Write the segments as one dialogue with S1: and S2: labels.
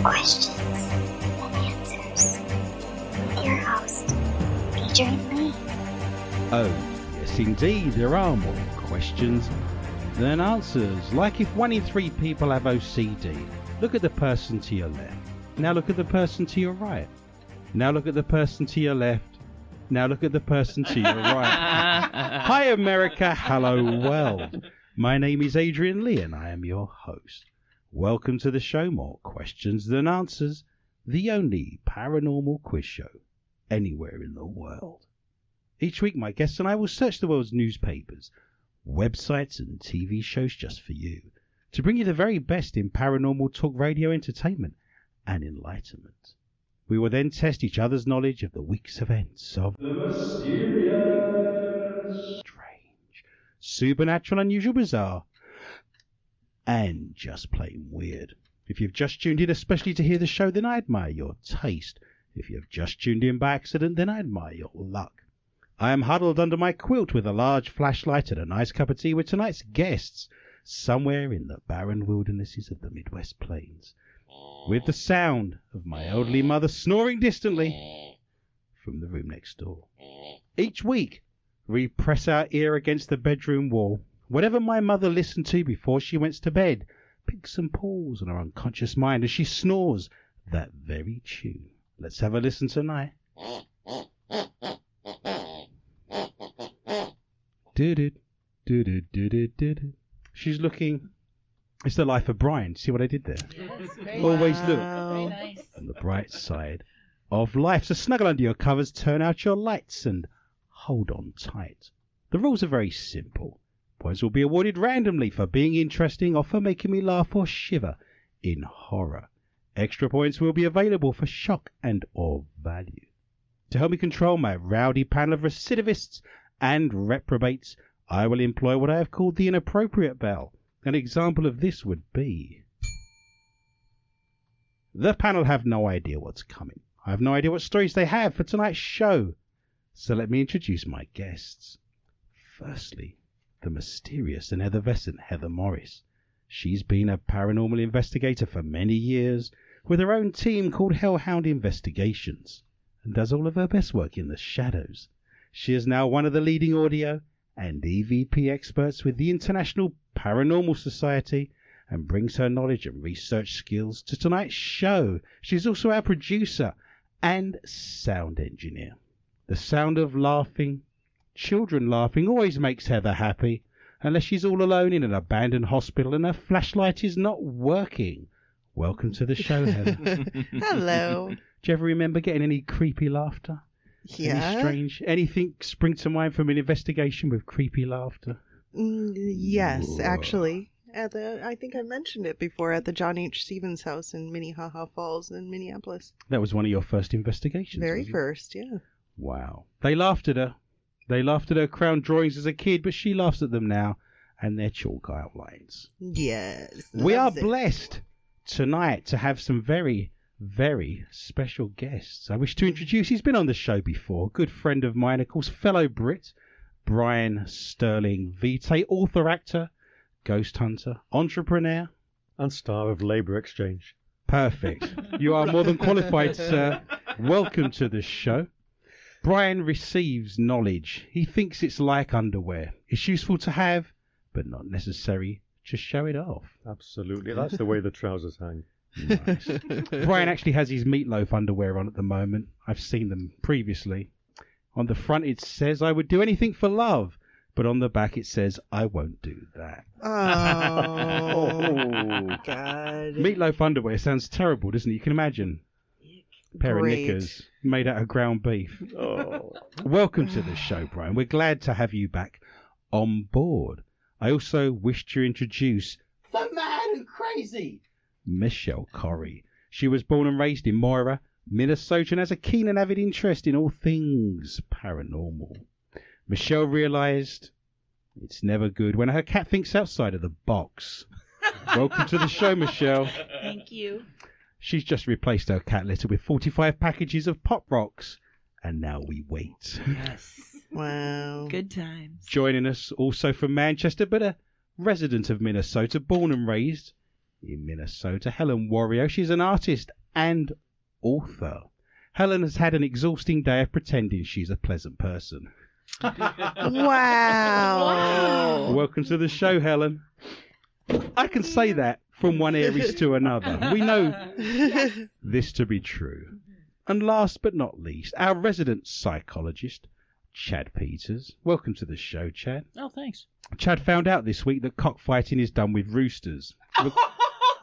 S1: questions and answers with your host, featuring me.
S2: Oh, yes, indeed, there are more questions than answers. Like if one in three people have OCD, look at the person to your left. Now look at the person to your right. Now look at the person to your left. Now look at the person to your right. Hi, America. Hello, world. My name is Adrian Lee, and I am your host. Welcome to the show More Questions Than Answers, the only paranormal quiz show anywhere in the world. Each week, my guests and I will search the world's newspapers, websites, and TV shows just for you to bring you the very best in paranormal talk radio entertainment and enlightenment. We will then test each other's knowledge of the week's events of the mysterious, strange, supernatural, unusual, bizarre, and just plain weird. If you've just tuned in especially to hear the show, then I admire your taste. If you've just tuned in by accident, then I admire your luck. I am huddled under my quilt with a large flashlight and a nice cup of tea with tonight's guests, somewhere in the barren wildernesses of the Midwest Plains, with the sound of my elderly mother snoring distantly from the room next door. Each week, we press our ear against the bedroom wall. Whatever my mother listened to before she went to bed picks and pulls on her unconscious mind as she snores that very tune. Let's have a listen tonight. Doo-doo, doo-doo, doo-doo, doo-doo. She's looking. It's the life of Brian. See what I did there? Always look
S3: Wow.
S2: on the bright side of life. So snuggle under your covers, turn out your lights, and hold on tight. The rules are very simple. Points will be awarded randomly for being interesting or for making me laugh or shiver in horror. Extra points will be available for shock and or value. To help me control my rowdy panel of recidivists and reprobates, I will employ what I have called the inappropriate bell. An example of this would be the panel have no idea what's coming. I have no idea what stories they have for tonight's show. So let me introduce my guests. Firstly, the mysterious and effervescent Heather Morris. She's been a paranormal investigator for many years with her own team called Hellhound Investigations and does all of her best work in the shadows. She is now one of the leading audio and EVP experts with the International Paranormal Society and brings her knowledge and research skills to tonight's show. She's also our producer and sound engineer. The sound of laughing, children laughing, always makes Heather happy, unless she's all alone in an abandoned hospital and her flashlight is not working. Welcome to the show, Heather. Do
S3: Hello.
S2: you ever remember getting any creepy laughter? Any
S3: Yeah.
S2: strange, anything spring to mind from an investigation with creepy laughter?
S3: Mm, yes,
S2: Whoa.
S3: actually. At the, I think I mentioned it before at the John H. Stevens house in Minnehaha Falls in Minneapolis.
S2: That was one of your first investigations.
S3: Very
S2: wasn't it?
S3: first, yeah.
S2: Wow. They laughed at her. They laughed at her crown drawings as a kid, but she laughs at them now and their chalk outlines.
S3: Yes.
S2: We are
S3: loves it.
S2: blessed tonight to have some very, very special guests. I wish to introduce, he's been on the show before, good friend of mine, of course, fellow Brit, Brian Sterling Vitae, author, actor, ghost hunter, entrepreneur.
S4: and star of Labour Exchange.
S2: Perfect. You are more than qualified, sir. Welcome to the show. Brian receives knowledge. He thinks it's like underwear. It's useful to have, but not necessary to show it off.
S4: Absolutely, that's the way the trousers hang.
S2: Nice. Brian actually has his meatloaf underwear on at the moment. I've seen them previously. On the front it says, I would do anything for love, but on the back it says, I won't do that.
S3: Oh, God.
S2: Meatloaf underwear sounds terrible, doesn't it? You can imagine. pair
S3: Great.
S2: of knickers made out of ground beef.
S4: Oh,
S2: Welcome to the show, Brian. We're glad to have you back on board. I also wish to introduce
S5: The man who crazy.
S2: Michelle Corrie. She was born and raised in Moira, Minnesota, and has a keen and avid interest in all things paranormal. Michelle realised it's never good when her cat thinks outside of the box. Welcome to the show, Michelle.
S6: Thank you.
S2: She's just replaced her cat litter with 45 packages of pop rocks, and now we wait.
S6: Yes.
S3: Wow.
S6: Good times.
S2: Joining us also from Manchester, but a resident of Minnesota, born and raised in Minnesota, Helen Wario. She's an artist and author. Helen has had an exhausting day of pretending she's a pleasant person.
S3: Wow.
S2: Welcome to the show, Helen. I can say that from one Aries to another. We know this to be true. And last but not least, our resident psychologist, Chad Peters. Welcome to the show, Chad.
S7: Oh, thanks.
S2: Chad found out this week that cockfighting is done with roosters. Well,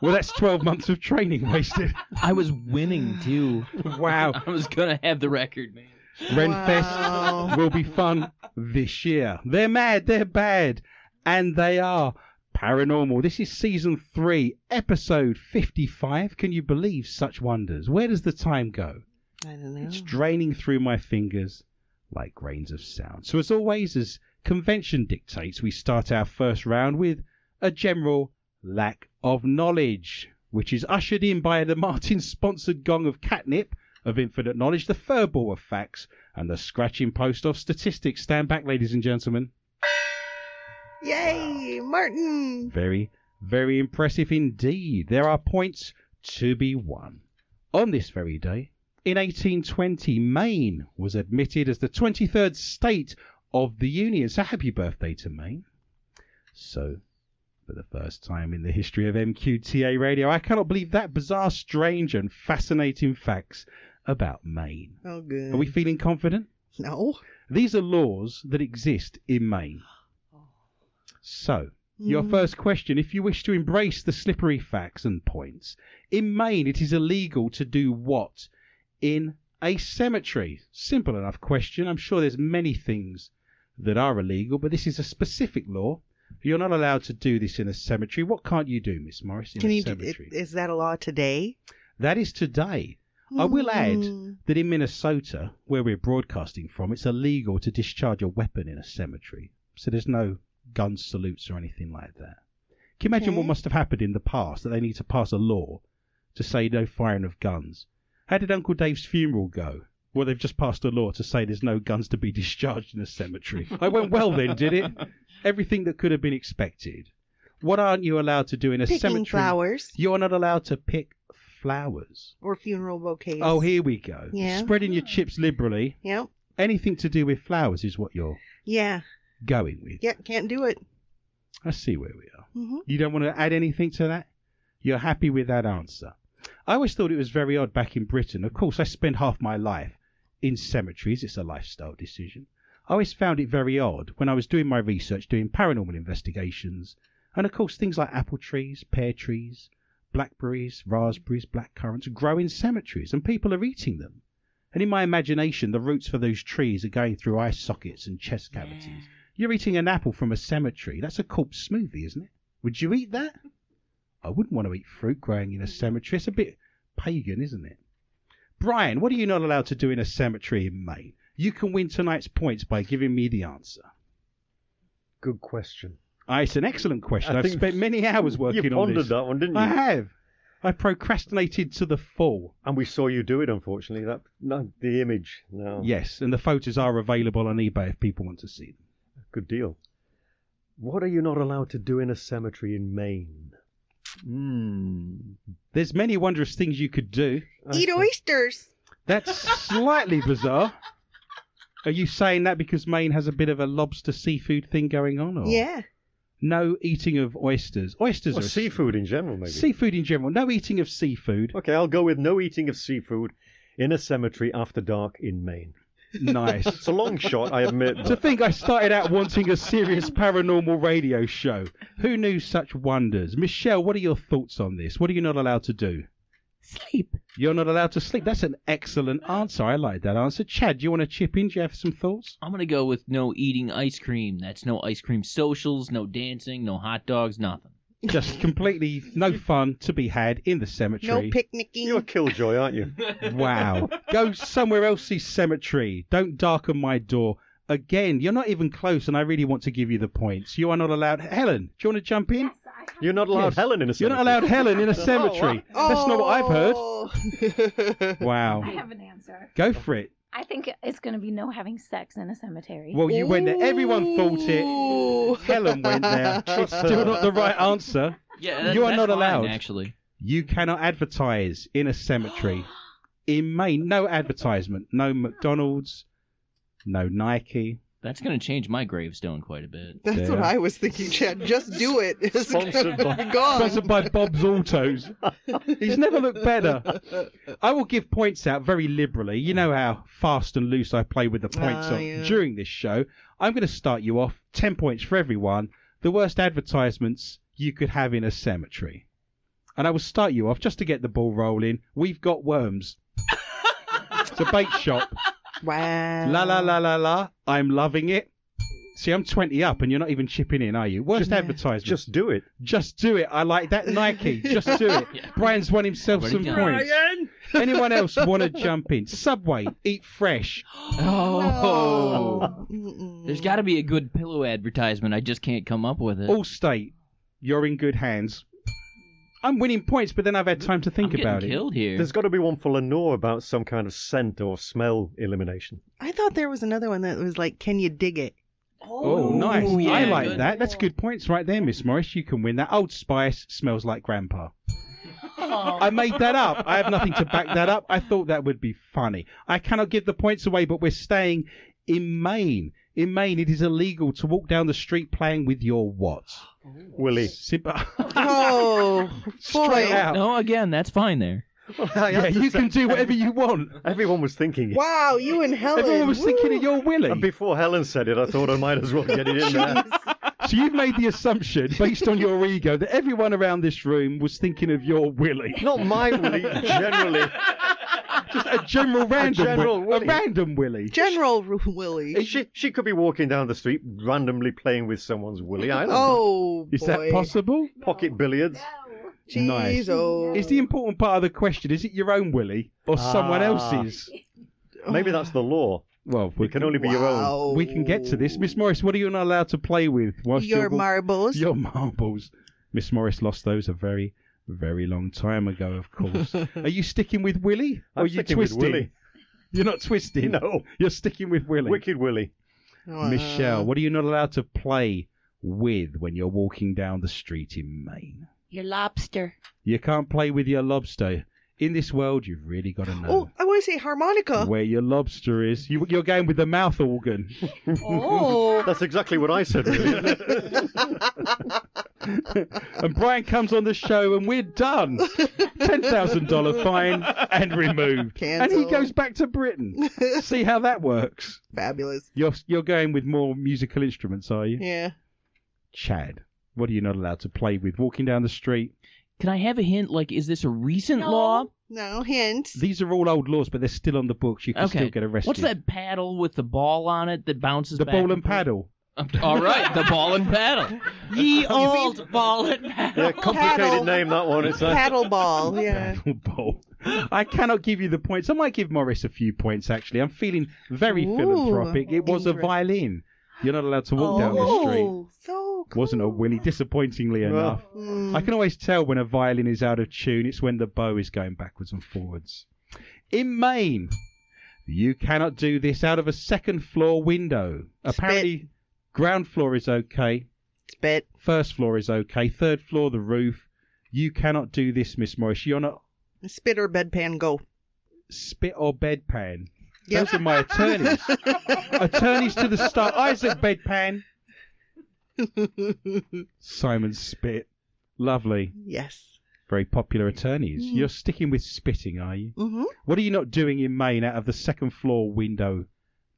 S2: well, that's 12 months of training wasted.
S7: I was winning too.
S2: Wow.
S7: I was gonna have the record, man.
S2: Renfest
S3: Wow.
S2: will be fun this year. They're mad, they're bad, and they are paranormal. This is season three, episode 55. Can you believe such wonders? Where does the time go?
S3: I don't know.
S2: It's draining through my fingers like grains of sound. So, as always, as convention dictates, we start our first round with a general lack of knowledge, which is ushered in by the Martin sponsored gong of catnip of infinite knowledge, the furball of facts, and the scratching post of statistics. Stand back, ladies and gentlemen.
S3: Yay, Martin.
S2: Very, very impressive indeed. There are points to be won. On this very day, in 1820, Maine was admitted as the 23rd state of the Union. So happy birthday to Maine. So, for the first time in the history of MQTA radio, I cannot believe that bizarre, strange, and fascinating facts about Maine.
S3: Oh, good.
S2: Are we feeling confident?
S3: No.
S2: These are laws that exist in Maine. So, your
S3: Hmm. Mm.
S2: first question if you wish to embrace the slippery facts and points, in Maine it is illegal to do what in a cemetery? Simple enough question. I'm sure there's many things that are illegal, but this is a specific law. You're not allowed to do this in a cemetery. What can't you do, Miss Morris, in
S3: Can
S2: a
S3: you? Do,
S2: cemetery?
S3: is that a law today?
S2: that is today. I will add
S3: Mm.
S2: that in Minnesota, where we're broadcasting from, it's illegal to discharge a weapon in a cemetery. So there's no gun salutes or anything like that. Can you imagine what
S3: Okay.
S2: must have happened in the past that they need to pass a law to say no firing of guns? How did Uncle Dave's funeral go? Well, they've just passed a law to say there's no guns to be discharged in a cemetery. I went well then, did it? Everything that could have been expected. What aren't you allowed to do in a
S3: Picking
S2: cemetery?
S3: flowers
S2: You're not allowed to pick flowers.
S3: or funeral bouquets.
S2: Oh, here we go.
S3: Yeah. Hmm.
S2: Spreading your chips liberally.
S3: Yep.
S2: Anything to do with flowers is what you're
S3: Yeah.
S2: going with.
S3: Yeah. Can't do it.
S2: I see where we are.
S3: hmm
S2: You don't want to add anything to that? You're happy with that answer. I always thought it was very odd back in Britain. Of course, I spent half my life in cemeteries. It's a lifestyle decision. I always found it very odd when I was doing my research, doing paranormal investigations, and of course, things like apple trees, pear trees, blackberries, raspberries, blackcurrants grow in cemeteries, and people are eating them. And in my imagination, the roots for those trees are going through eye sockets and chest cavities. You're eating an apple from a cemetery. That's a corpse smoothie, isn't it? Would you eat that? I wouldn't want to eat fruit growing in a cemetery. It's a bit pagan, isn't it? Brian, what are you not allowed to do in a cemetery in Maine? You can win tonight's points by giving me the answer.
S4: good question.
S2: Ah, it's an excellent question.
S4: I
S2: I've
S4: think
S2: spent many hours working
S4: you
S2: on
S4: pondered
S2: this.
S4: that one, didn't
S2: I
S4: you?
S2: have. I procrastinated to the full.
S4: And we saw you do it, unfortunately. That no, the image. No,
S2: Yes, and the photos are available on eBay if people want to see them.
S4: good deal. What are you not allowed to do in a cemetery in Maine? Hmm.
S7: Mm.
S2: There's many wondrous things you could do.
S4: I
S3: Eat
S4: think-
S3: oysters.
S2: That's slightly bizarre. Are you saying that because Maine has a bit of a lobster seafood thing going on? Or?
S3: Yeah.
S2: No eating of oysters. Oysters
S4: Or
S2: are a-
S4: seafood in general, maybe.
S2: Seafood in general. No eating of seafood.
S4: Okay, I'll go with no eating of seafood in a cemetery after dark in Maine. It's
S2: nice.
S4: a long shot, I admit.
S2: to
S4: but
S2: think I started out wanting a serious paranormal radio show. Who knew such wonders? Michelle, what are your thoughts on this? What are you not allowed to do? Sleep. You're not allowed to sleep. That's an excellent answer. I like that answer. Chad, do you want to chip in? Do you have some thoughts?
S7: I'm gonna go with no eating ice cream. That's no ice cream socials, no dancing, no hot dogs, nothing.
S2: Just completely no fun to be had in the
S3: No
S2: cemetery.
S3: picnicking.
S4: You're a killjoy, aren't you?
S2: wow. Go somewhere else, see cemetery. Don't darken my door. Again, you're not even close, and I really want to give you the points. You are not allowed. Helen, do you want to jump in?
S4: You're not allowed
S2: Yes.
S4: Helen in a
S2: You're
S4: cemetery.
S2: not allowed Helen in a cemetery. That's not what I've heard.
S3: Oh. heard.
S2: Wow.
S8: I have an answer.
S2: Go for it.
S8: I think it's going to be no having sex in a cemetery.
S2: Well, Oh, you went there. Everyone thought it. Helen went there. It's still not the right answer.
S7: Yeah,
S2: You are
S7: that's
S2: not
S7: fine,
S2: allowed.
S7: Actually,
S2: You cannot advertise in a cemetery. In Maine, no advertisement. No McDonald's. No Nike.
S7: that's gonna change my gravestone quite a bit.
S3: That's what
S2: Yeah.
S3: I was thinking, Chad. Just do it. It's
S4: Sponsored by-
S3: gone.
S2: Sponsored by Bob's Autos. He's never looked better. I will give points out very liberally. You know how fast and loose I play with the points
S3: Ah,
S2: on
S3: yeah.
S2: during this show. I'm going to start you off. 10 points for everyone. The worst advertisements you could have in a cemetery. And I will start you off just to get the ball rolling. We've got worms. it's a bait shop.
S3: Wow.
S2: La la la la la. I'm loving it. See, I'm 20 up and you're not even chipping in, are you? Worst
S3: Yeah.
S2: advertisement.
S4: Just do it.
S2: Just do it. I like that Nike. Just do it.
S7: Yeah.
S2: Brian's won himself
S7: Already
S2: some
S7: done.
S2: points. Anyone else want to jump in? Subway, eat fresh.
S7: Oh,
S3: Mm-mm.
S7: there's got to be a good pillow advertisement. I just can't come up with it.
S2: Oh, Allstate, you're in good hands. I'm winning points, but then I've had time to think
S7: I'm
S2: about
S7: getting
S2: it.
S7: killed here.
S4: There's got to be one for Lenore about some kind of scent or smell elimination.
S3: I thought there was another one that was like, can you dig it?
S2: Oh, nice.
S7: yeah,
S2: I like
S7: good.
S2: that. That's good points right there, Miss Morris. You can win that. Old Spice smells like Grandpa. I made that up. I have nothing to back that up. I thought that would be funny. I cannot give the points away, but we're staying in Maine. In Maine, it is illegal to walk down the street playing with your what?
S4: Willie.
S2: Simple.
S3: Oh,
S2: Straight
S3: boy.
S2: out.
S7: No, again, that's fine there.
S2: Yeah, you can do whatever you want.
S4: Everyone was thinking it.
S3: Wow, you and Helen.
S2: Everyone was thinking of your
S4: And
S2: Willie.
S4: before Helen said it, I thought I might as well get it in there.
S2: So you've made the assumption, based on your ego, that everyone around this room was thinking of your Willie.
S4: Not my Willie, generally.
S2: Just a general random
S4: general
S2: Willie.
S4: Willie.
S2: A random Willie.
S3: General Ru- Willie.
S4: She, she could be walking down the street randomly playing with someone's Willie. I don't know.
S3: Oh,
S2: Is that
S3: boy.
S2: possible?
S4: Pocket billiards.
S3: Jeez,
S2: Nice.
S3: oh.
S2: Is the important part of the question, is it your own Willie or someone
S4: Ah.
S2: else's?
S4: Maybe that's the law.
S2: Well, we
S4: It can only be your own.
S3: Oh. Wow.
S2: we can get to this. Miss Morris, what are you not allowed to play with? whilst
S3: Your
S2: you're walking-
S3: marbles.
S2: Your marbles. Miss Morris lost those a very, very long time ago, of course. Are you sticking with Willie? Or
S4: I'm
S2: are you
S4: sticking with
S2: twisting?
S4: Willie.
S2: You're not twisting.
S4: No.
S2: You're sticking with Willie.
S4: Wicked Willie.
S3: Wow.
S2: Michelle, what are you not allowed to play with when you're walking down the street in Maine?
S6: Your lobster.
S2: You can't play with your lobster. In this world, you've really got to
S3: Oh,
S2: know
S3: I want to say harmonica.
S2: where your lobster is. You, you're going with the mouth organ.
S6: Oh.
S4: That's exactly what I said, really. isn't it?
S2: and Brian comes on the show and we're done. $10,000 fine and removed. And he
S3: Cancelled.
S2: goes back to Britain. See how that works.
S3: Fabulous.
S2: You're, you're going with more musical instruments, are you?
S3: Yeah.
S2: Chad, what are you not allowed to play with? Walking down the street?
S7: Can I have a hint? Like, is this a recent
S6: No.
S7: law?
S3: No hints.
S2: These are all old laws, but they're still on the books. You can
S7: Okay.
S2: still get arrested.
S7: What's that paddle with the ball on it that bounces
S2: The
S7: back?
S2: ball and
S7: forth?
S2: paddle.
S7: All right, the ball and paddle. Ye old ball and
S4: Yeah,
S7: paddle.
S4: complicated
S3: Paddle.
S4: name, that one. It's a,
S3: Paddle ball. Yeah.
S2: Paddle ball. I cannot give you the points. I might give Morris a few points, actually. I'm feeling very
S3: Ooh,
S2: philanthropic. It was a
S3: interest-
S2: violin. You're not allowed to walk down the street.
S6: Oh.
S3: So cool.
S2: Wasn't a Willie, disappointingly
S4: Well.
S2: enough.
S3: Mm.
S2: I can always tell when a violin is out of tune. It's when the bow is going backwards and forwards. In Maine, you cannot do this out of a second floor window. Apparently, ground floor is okay.
S3: Spit.
S2: First floor is okay. Third floor, the roof. You cannot do this, Miss Morris. You're not
S3: Spit or bedpan. Go.
S2: spit or bedpan.
S3: Yep.
S2: Those are my attorneys. attorneys to the star. Isaac Bedpan. Simon Spit. Lovely.
S3: yes.
S2: Very popular attorneys.
S3: Mm.
S2: You're sticking with spitting, are you?
S3: Mm-hmm.
S2: What are you not doing in Maine out of the second floor window,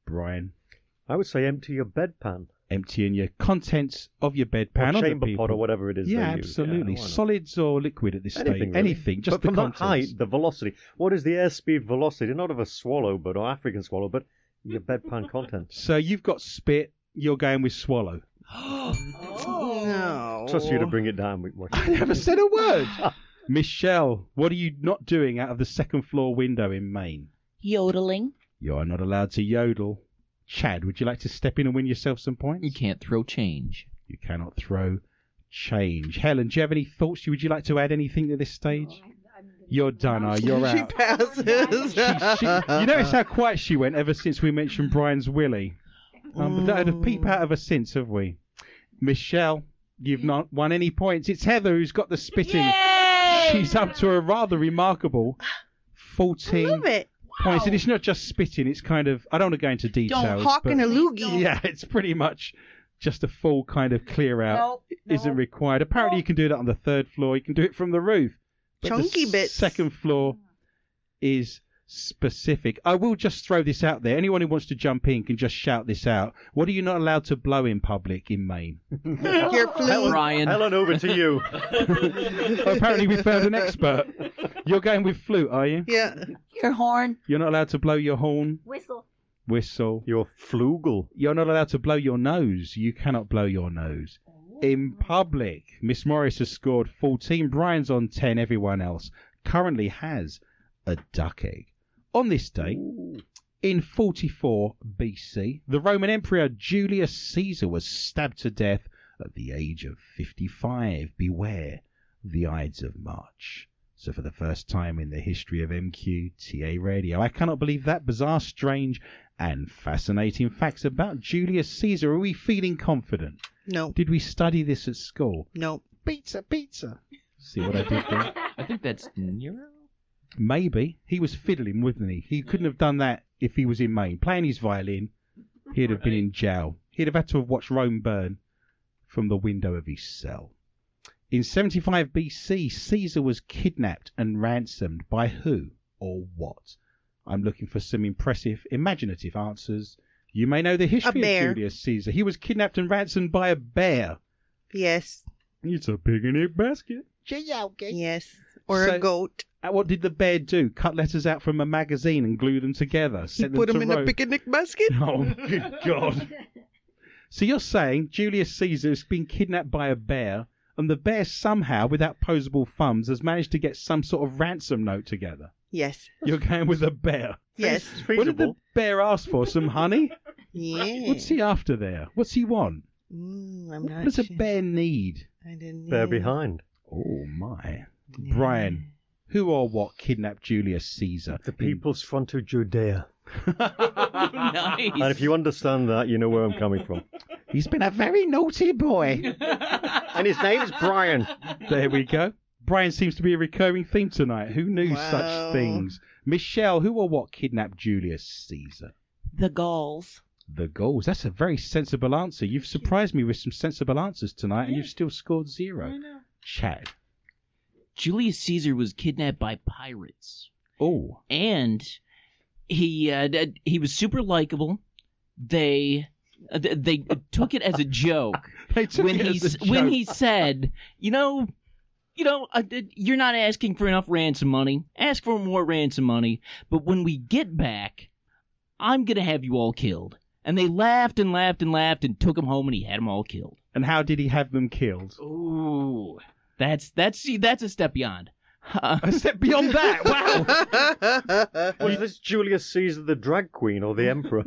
S2: Brian?
S4: I would say empty your bedpan.
S2: emptying your contents of your bedpan
S4: or
S2: onto
S4: chamber
S2: people.
S4: pot or whatever it is.
S2: yeah,
S4: they use.
S2: absolutely.
S4: why not?
S2: Solids or liquid at this stage.
S4: Anything, really.
S2: Anything. Just
S4: but
S2: the
S4: from
S2: contents.
S4: that height, the velocity. What is the airspeed velocity? Not of a swallow, but or African swallow, but your bedpan contents.
S2: So you've got spit. You're going with swallow.
S3: No.
S4: Trust you to bring it down. We watch.
S2: I never said a word. Michelle, what are you not doing out of the second floor window in Maine?
S6: Yodeling.
S2: You are not allowed to yodel. Chad, would you like to step in and win yourself some points?
S7: You can't throw change.
S2: You cannot throw change. Helen, do you have any thoughts? Would you like to add anything at this stage? You're done, are you? You're
S3: she
S2: out.
S3: passes.
S2: She, she, you notice how quiet she went ever since we mentioned Brian's Willie. Um, We've not had a peep out of her since, have we? Michelle, you've not won any points. It's Heather who's got the spitting. She's up to a rather remarkable 14
S3: love it.
S2: points. And it's not just spitting, it's kind of, I don't want to go into details.
S3: Don't hawk
S2: but-
S3: and a loogie.
S2: yeah, it's pretty much just a full kind of clear out. Isn't required. Apparently, you can do that on the third floor. You can do it from the roof. But
S3: Chunky
S2: the
S3: bits.
S2: Second floor is specific. I will just throw this out there. Anyone who wants to jump in can just shout this out. What are you not allowed to blow in public in Maine?
S3: Your flu.
S7: Brian.
S4: Helen, over to you.
S2: Well, apparently, we found an expert. You're going with flute, are you?
S3: Yeah.
S6: Your horn.
S2: You're not allowed to blow your horn,
S8: Whistle.
S2: whistle.
S4: Your flugel.
S2: You're not allowed to blow your nose. You cannot blow your nose. In public, Miss Morris has scored 14. Brian's on 10. Everyone else currently has a duck egg. On this day, in 44 BC, the Roman Emperor Julius Caesar was stabbed to death at the age of 55. Beware the Ides of March. So, for the first time in the history of MQTA radio, I cannot believe that bizarre, strange, and fascinating facts about Julius Caesar. Are we feeling confident?
S3: No.
S2: Did we study this at school?
S3: No.
S2: Pizza, pizza. See what I did there?
S7: I think that's Nero.
S2: Maybe. He was fiddling, wasn't he? He couldn't have done that if he was in Maine. Playing his violin, he'd have been in jail. He'd have had to have watched Rome burn from the window of his cell. In 75 BC, Caesar was kidnapped and ransomed by who or what? I'm looking for some impressive, imaginative answers. You may know the history
S3: bear.
S2: of Julius Caesar. He was kidnapped and ransomed by a bear.
S3: Yes.
S2: It's a pig in a basket.
S3: Yes. Or
S2: So-
S3: a goat.
S2: And Uh, what did the bear do? Cut letters out from a magazine and glue them together.
S3: He
S2: sent
S3: put
S2: them
S3: him
S2: to
S3: in a
S2: Rome.
S3: picnic basket.
S2: Oh, good God. So you're saying Julius Caesar has been kidnapped by a bear, and the bear somehow, without posable thumbs, has managed to get some sort of ransom note together.
S3: Yes.
S2: You're going with a bear.
S3: Yes.
S4: It's
S2: What did the
S4: feasible.
S2: bear ask for? Some honey?
S3: Yeah.
S2: What's he after there? What's he want?
S3: Mm, I'm
S2: What
S3: not
S2: does a
S3: sure.
S2: bear need?
S3: I didn't
S4: They're
S3: know.
S4: behind.
S2: Oh, my. Brian, who or what kidnapped Julius Caesar?
S4: The people's front of Judea.
S7: nice.
S4: And if you understand that, you know where I'm coming from.
S2: He's been a very naughty boy.
S4: And his name is Brian.
S2: There we go. Brian seems to be a recurring theme tonight. Who knew
S3: Wow.
S2: such things? Michelle, who or what kidnapped Julius Caesar?
S6: The Gauls.
S2: The Gauls. That's a very sensible answer. You've surprised me with some sensible answers tonight, and you've still scored zero. Chad.
S7: Julius Caesar was kidnapped by pirates,
S2: Oh,
S7: and he uh, d- he was super likable. They uh, th- they took it as a joke
S2: they took
S7: when
S2: it
S7: he
S2: as
S7: s-
S2: a
S7: when
S2: joke.
S7: he said, you know, you know, uh, d- you're not asking for enough ransom money. Ask for more ransom money. But when we get back, I'm gonna have you all killed. And they laughed and laughed and laughed and took him home and he had them all killed.
S2: And how did he have them killed?
S7: Ooh, that's that's see that's a step beyond. Uh,
S2: A step beyond that. Wow.
S4: Was this Julius Caesar the drag queen or the emperor?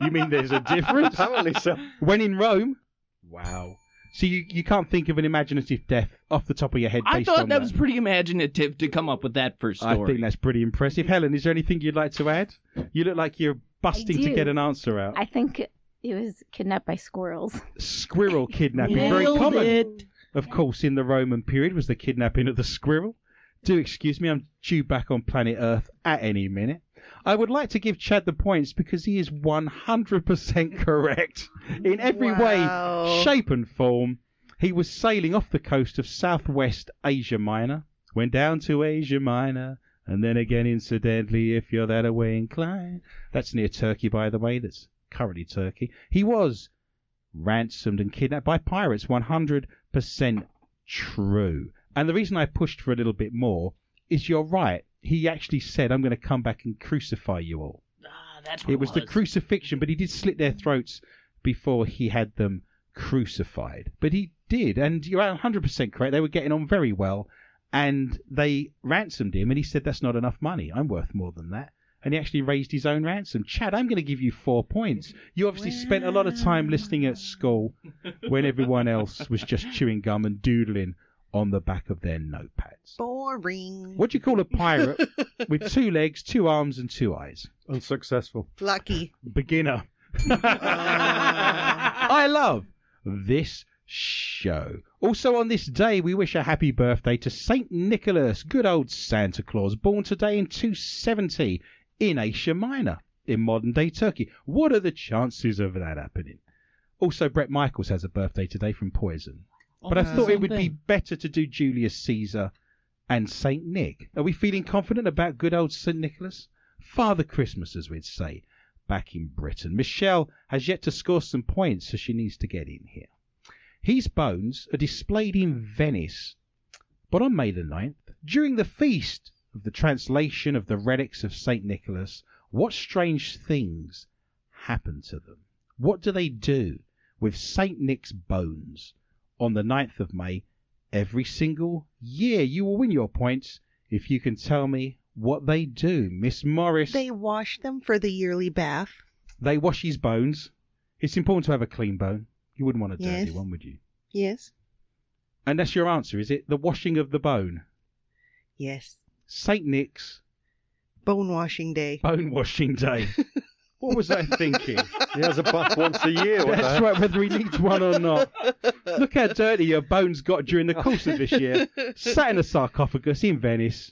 S2: you mean there's a difference?
S4: Apparently so.
S2: when in Rome. Wow. So you, you can't think of an imaginative death off the top of your head
S7: I
S2: based
S7: thought
S2: on
S7: that, was pretty imaginative to come up with that first
S2: I
S7: story.
S2: think that's pretty impressive. Helen, is there anything you'd like to add? You look like you're busting to
S8: do.
S2: get an answer out.
S8: I think it was kidnapped by squirrels.
S2: Squirrel kidnapping, very
S7: Nailed
S2: common.
S7: it.
S2: Of course, in the Roman period was the kidnapping of the squirrel. Do excuse me, I'm due back on planet Earth at any minute. I would like to give Chad the points because he is 100% correct in every
S3: Wow.
S2: way, shape, and form. He was sailing off the coast of southwest Asia Minor, went down to Asia Minor, and then again, incidentally, if you're that away inclined. That's near Turkey, by the way, that's currently Turkey. He was ransomed and kidnapped by pirates. 100% true. And the reason I pushed for a little bit more is you're right. He actually said, I'm going to come back and crucify you all.
S7: Ah, that's what
S2: It was the crucifixion, but he did slit their throats before he had them crucified. But he did, and you're 100% correct. They were getting on very well, and they ransomed him, and he said, That's not enough money. I'm worth more than that. And he actually raised his own ransom. Chad, I'm going to give you four points. You obviously spent a lot of time listening at school when everyone else was just chewing gum and doodling on the back of their notepads.
S3: Boring.
S2: What do you call a pirate with two legs, two arms, and two eyes?
S4: Unsuccessful.
S3: Lucky.
S2: beginner. I love this show. Also, on this day, we wish a happy birthday to St. Nicholas, good old Santa Claus, born today in 270 in Asia Minor in modern day Turkey. What are the chances of that happening? Also, Brett Michaels has a birthday today from Poison.
S7: Oh,
S2: But I thought it would be better to do Julius Caesar and St. Nick. Are we feeling confident about good old St. Nicholas? Father Christmas, as we'd say back in Britain. Michelle has yet to score some points, so she needs to get in here. His bones are displayed in Venice, but on May the 9th, during the feast of the translation of the relics of St. Nicholas, what strange things happen to them? What do they do with St. Nick's bones on the 9th of May every single year? You will win your points if you can tell me what they do. Miss Morris.
S3: They wash them for the yearly bath.
S2: They wash his bones. It's important to have a clean bone. You wouldn't want a dirty
S3: Yes.
S2: one, would you?
S3: Yes.
S2: And that's your answer, is it? The washing of the bone.
S3: Yes.
S2: St. Nick's
S3: Bone washing day.
S2: bone washing day. what was I thinking?
S4: He has a bath once a year. What the
S2: that's
S4: heck?
S2: right, whether he needs one or not. Look how dirty your bones got during the course of this year. Sat in a sarcophagus in Venice,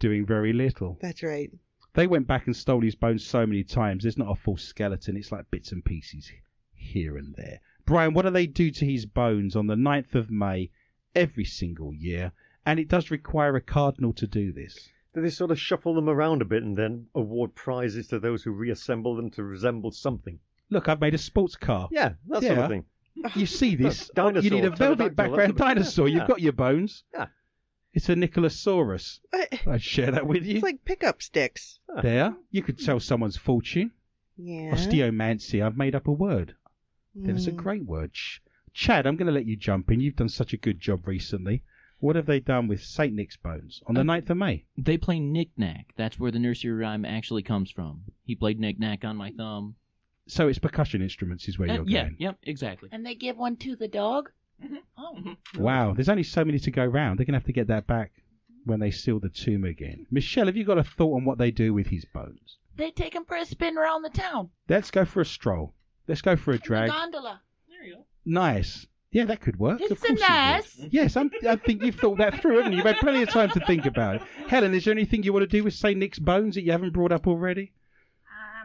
S2: doing very little.
S3: That's right.
S2: They went back and stole his bones so many times. There's not a full skeleton. It's like bits and pieces here and there. Brian, what do they do to his bones on the 9th of May every single year? And it does require a cardinal to do this.
S4: Do they sort of shuffle them around a bit and then award prizes to those who reassemble them to resemble something?
S2: Look, I've made a sports car.
S4: Yeah, that sort
S2: Yeah.
S4: of thing.
S2: You see this? Uh,
S4: Dinosaur,
S2: you need a velvet
S4: pterodactyl,
S2: background
S4: that's a bit-
S2: dinosaur.
S4: yeah.
S2: You've got your bones.
S4: Yeah.
S2: It's a Nicholosaurus.
S3: It's
S2: I'd share that with you.
S3: like pickup sticks.
S2: there. You could tell someone's fortune. Oh,
S3: Yeah.
S2: Osteomancy. I've made up a word. Then it's a
S3: Mm.
S2: great word. Ch- Chad, I'm going to let you jump in. You've done such a good job recently. What have they done with St. Nick's Bones on the
S7: Uh,
S2: 9th of May?
S7: They play knick-knack. That's where the nursery rhyme actually comes from. He played knick-knack on my thumb.
S2: So it's percussion instruments is where
S7: Uh,
S2: you're
S7: yeah,
S2: going.
S7: yep, exactly.
S6: And they give one to the dog? Oh.
S2: Wow, there's only so many to go round. They're going to have to get that back when they seal the tomb again. Michelle, have you got a thought on what they do with his bones?
S6: They take him for a spin around the town.
S2: Let's go for a stroll. Let's go for a drag.
S6: gondola.
S2: Nice. Yeah, that could work.
S6: It's
S2: Of
S6: a
S2: course it would.
S6: nice.
S2: Yes, I'm, I think you've thought that through, haven't you? You've had plenty of time to think about it. Helen, is there anything you want to do with St. Nick's Bones that you haven't brought up already?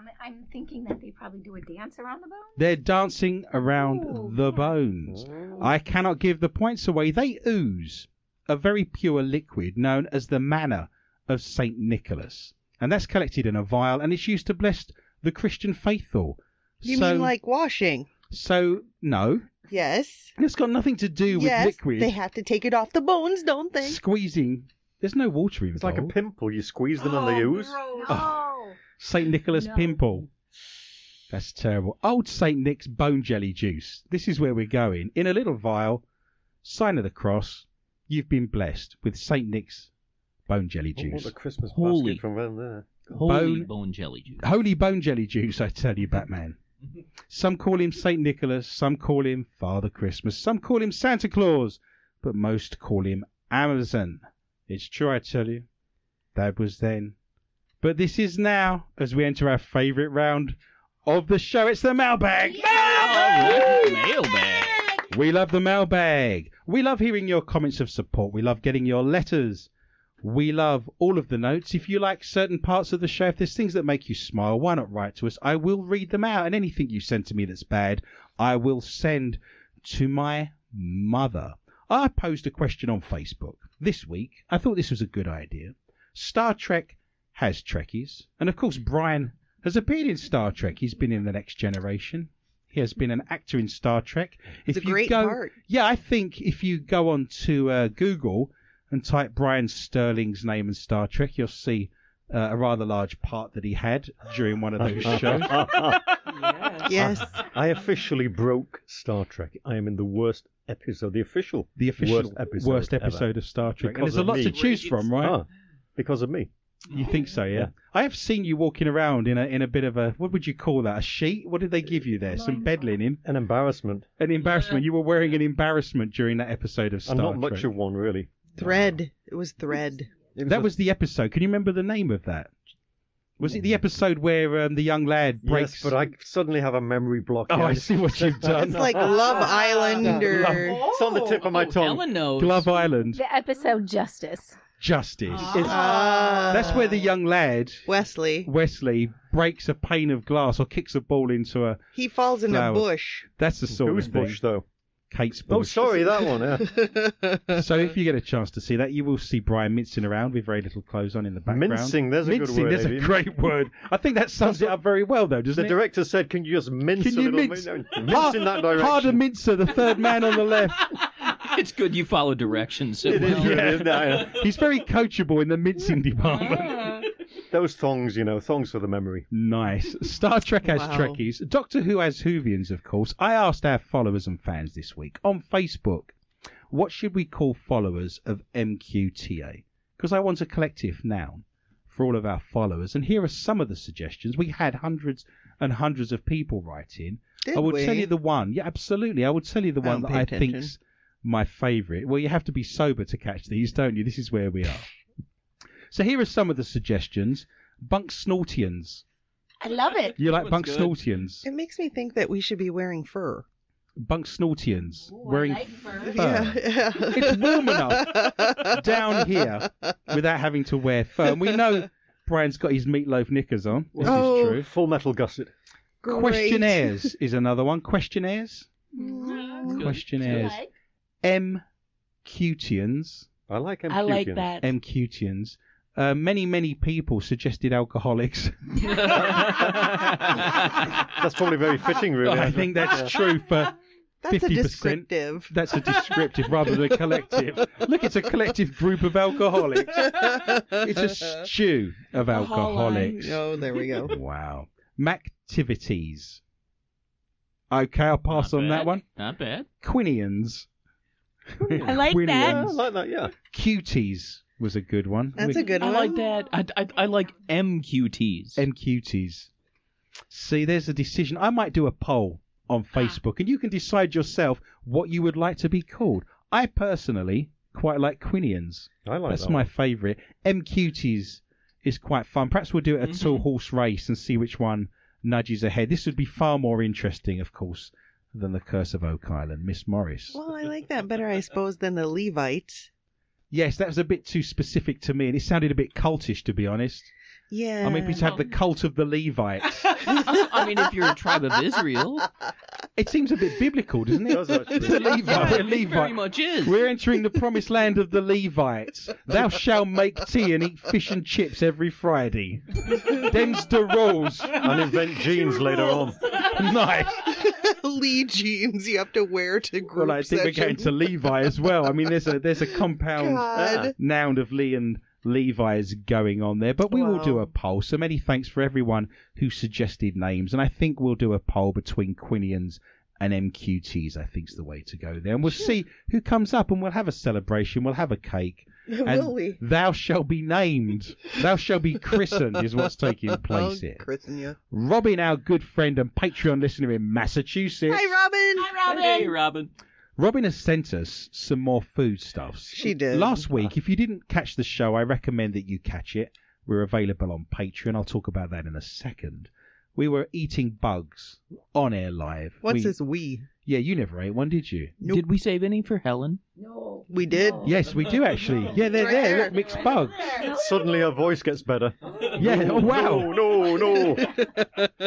S8: Um, I'm thinking that they probably do a dance around the bone.
S2: They're dancing around
S8: Ooh,
S2: the
S8: yeah.
S2: bones. I cannot give the points away. They ooze a very pure liquid known as the manna of St. Nicholas. And that's collected in a vial and it's used to bless the Christian faithful.
S3: You
S2: so,
S3: mean like washing?
S2: so, no.
S3: Yes.
S2: It's got nothing to do with
S3: yes.
S2: liquid.
S3: They have to take it off the bones, don't they?
S2: Squeezing. There's no water involved.
S4: It's like a pimple. You squeeze them and they ooze.
S8: No.
S2: Oh. St. Nicholas
S8: No.
S2: Pimple. That's terrible. Old St. Nick's bone jelly juice. This is where we're going. In a little vial, sign of the cross, you've been blessed with St. Nick's bone jelly
S4: Oh, what
S2: juice.
S4: a Christmas
S7: Holy.
S4: basket from around there.
S7: Holy
S2: Bone-
S7: bone, jelly juice.
S2: Holy bone jelly juice, I tell you, Batman. Some call him St. Nicholas, some call him Father Christmas, some call him Santa Claus, but most call him Amazon. It's true, I tell you. That was then. But this is now, as we enter our favourite round of the show. It's the mailbag!
S7: Alright, mailbag.
S2: We love the mailbag. We love hearing your comments of support. We love getting your letters. We love all of the notes. If you like certain parts of the show, if there's things that make you smile, why not write to us? I will read them out. And anything you send to me that's bad, I will send to my mother. I posed a question on Facebook this week. I thought this was a good idea. Star Trek has Trekkies. And of course, Brian has appeared in Star Trek. He's been in The Next Generation. He has been an actor in Star Trek.
S3: It's a great
S2: go,
S3: part.
S2: Yeah, I think if you go on to uh, Google and type Brian Sterling's name in Star Trek, you'll see uh, a rather large part that he had during one of those shows.
S3: Yes.
S4: I officially broke Star Trek. I am in the worst episode, the official,
S2: The official
S4: worst episode, ever.
S2: of Star Trek.
S4: Because
S2: and there's
S4: of
S2: a lot
S4: me.
S2: to choose from, right?
S4: Ah, because of me.
S2: You think so, yeah?
S4: Yeah.
S2: I have seen you walking around in a in a bit of a what would you call that? A sheet? What did they give you there? Some bed linen?
S4: An embarrassment.
S2: An embarrassment. You were wearing an embarrassment during that episode of Star
S4: I'm not
S2: Trek.
S4: much of one, really.
S3: Thread. It was thread.
S4: It
S2: that
S4: a-
S2: was the episode. Can you remember the name of that? Was it the episode where um, the young lad breaks?
S4: Mm. Yes, but I suddenly have a memory block.
S2: Oh,
S4: yeah.
S2: I see what you've done.
S3: It's like Love Island or
S4: It's on the tip of my
S7: oh,
S4: tongue.
S7: Ellen knows.
S2: Glove Island
S8: The episode Justice.
S2: Justice.
S3: Ah.
S2: That's where the young lad
S3: Wesley.
S2: Wesley breaks a pane of glass or kicks a ball into a.
S3: He falls in
S2: Flower.
S3: a bush.
S2: That's the sort
S4: Who's
S2: of thing.
S4: Bush, though?
S2: Kate's
S4: Oh,
S2: bush.
S4: sorry, that one. yeah.
S2: so if you get a chance to see that, you will see Brian mincing around with very little clothes on in the background.
S4: Mincing, there's a good
S2: Mincing,
S4: word,
S2: There's a
S4: Adrian.
S2: great word. I think that sums it up very well, though, doesn't
S4: The
S2: it?
S4: director said, "Can you just mince
S2: Can
S4: a
S2: you
S4: little
S2: mince?
S4: mince
S2: Har-
S4: in that direction?"
S2: Harder mincer, the third man on the left.
S7: Ah, It's good you follow directions. So
S4: It is,
S7: well.
S4: really, isn't it? I know.
S2: He's very coachable in the mincing department.
S4: Those thongs, you know, thongs for the memory.
S2: Nice. Star Trek has
S3: Wow.
S2: Trekkies. Doctor Who has Whovians, of course. I asked our followers and fans this week on Facebook, what should we call followers of MQTA? Because I want a collective noun for all of our followers. And here are some of the suggestions. We had hundreds and hundreds of people write in.
S3: Did
S2: I will
S3: we?
S2: tell you the one. Yeah, absolutely. I will tell you the
S3: I
S2: one that
S3: don't pay
S2: I
S3: attention.
S2: think's my favourite. Well, you have to be sober to catch these, don't you? This is where we are. So here are some of the suggestions. Bunk snortians.
S6: I love it.
S2: You like
S7: That
S2: bunk
S7: one's
S2: snortians?
S3: It makes me think that we should be wearing fur.
S2: Bunk snortians. wearing fur
S3: Yeah.
S2: It's warm enough down here without having to wear fur. And we know Brian's got his meatloaf knickers on. This
S3: Oh,
S2: is true.
S4: Full Metal Gusset.
S3: Great.
S2: Questionnaires is another one. Questionnaires? Mm-hmm.
S7: Good.
S2: Questionnaires. MQTians.
S4: I like MQ.
S6: I like that.
S2: MQTians. Uh, many, many people suggested alcoholics.
S4: That's probably very fitting, really.
S2: I think that's true for
S3: That's a
S2: 50%.
S3: descriptive.
S2: that's a descriptive rather than a collective. Look, it's a collective group of alcoholics. It's a stew of alcoholics.
S3: Oh, there we go.
S2: Wow. Mactivities. Okay, I'll pass
S7: Not
S2: on
S7: bad.
S2: that one.
S7: Not bad.
S2: Quinians.
S6: I like
S4: Yeah, I
S6: that.
S4: like that, yeah.
S2: Cuties was a good one.
S3: That's
S2: We-
S3: a good
S7: I
S3: one.
S7: like that. I, I, I like MQTs.
S2: MQTs. See, there's a decision. I might do a poll on Facebook, and you can decide yourself what you would like to be called. I personally quite like Quinians.
S4: I like
S2: That's
S4: that.
S2: my favourite. MQTs is quite fun. Perhaps we'll do a
S7: Mhm.
S2: two horse race and see which one nudges ahead. This would be far more interesting, of course, than the Curse of Oak Island, Miss Morris.
S3: Well, I like that better, I suppose, than the Levites.
S2: Yes, that was a bit too specific to me, and it sounded a bit cultish, to be honest.
S3: Yeah.
S2: I mean, we have the
S7: Um,
S2: cult of the Levites.
S7: I mean, if you're a tribe of Israel,
S2: It seems a bit biblical, doesn't
S4: It does,
S2: it?
S4: actually.
S2: It's a Levite.
S7: yeah,
S2: a
S7: it
S2: Levite.
S7: very much is.
S2: We're entering the promised land of the Levites. Thou shalt make tea and eat fish and chips every Friday. Them's the rules.
S4: And invent jeans later on.
S2: Nice.
S3: Lee jeans you have to wear to group
S2: Well, I think
S3: session.
S2: we're going to Levi as well. I mean, there's a there's a compound
S3: God.
S2: noun of Lee and Levi's going on there. But we will do
S3: Wow.
S2: a poll. So many thanks for everyone who suggested names, and I think we'll do a poll between Quinians and MQTs. I think's the way to go there, and we'll see who comes up, and we'll have a celebration. We'll have a cake. And
S3: Will we?
S2: thou shalt be named. Thou shalt be christened is what's
S3: Oh,
S2: taking place
S3: I'll
S2: here.
S3: Christen you.
S2: Robin, our good friend and Patreon listener in Massachusetts.
S3: Hi, Robin.
S6: Hi, Robin.
S7: Hey, Robin.
S2: Robin has sent us some more foodstuffs.
S3: She did.
S2: Last week, if you didn't catch the show, I recommend that you catch it. We're available on Patreon. I'll talk about that in a second. We were eating bugs on air live.
S3: What's
S2: We-
S3: this we?
S2: Yeah, you never ate one, did you?
S3: Nope.
S7: Did we save any for Helen?
S6: No.
S3: We did.
S2: Yes, we do actually. Yeah, they're
S3: Right
S2: there.
S3: there.
S2: Look, mixed bugs.
S4: Suddenly her voice gets better.
S2: Yeah, oh, wow.
S4: No, no, no.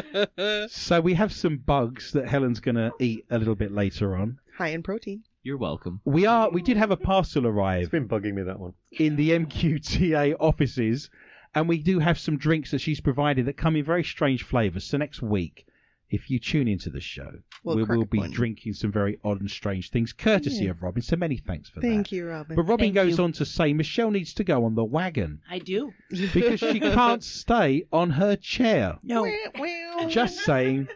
S2: So we have some bugs that Helen's going to eat a little bit later on.
S3: High in protein.
S7: You're welcome.
S2: We are. We did have a parcel
S4: It's
S2: arrive
S4: been bugging me, that one.
S2: in the MQTA offices, and we do have some drinks that she's provided that come in very strange flavours. So next week, if you tune into the show,
S3: We'll
S2: we will
S3: crack
S2: be
S3: one.
S2: drinking some very odd and strange things, courtesy
S3: Yeah.
S2: of Robin. So many thanks for
S3: Thank
S2: that.
S3: you, Robin.
S2: But Robin
S7: Thank
S2: goes
S7: you.
S2: on to say Michelle needs to go on the wagon
S7: I do.
S2: because she can't stay on her chair.
S6: No,
S2: Just saying,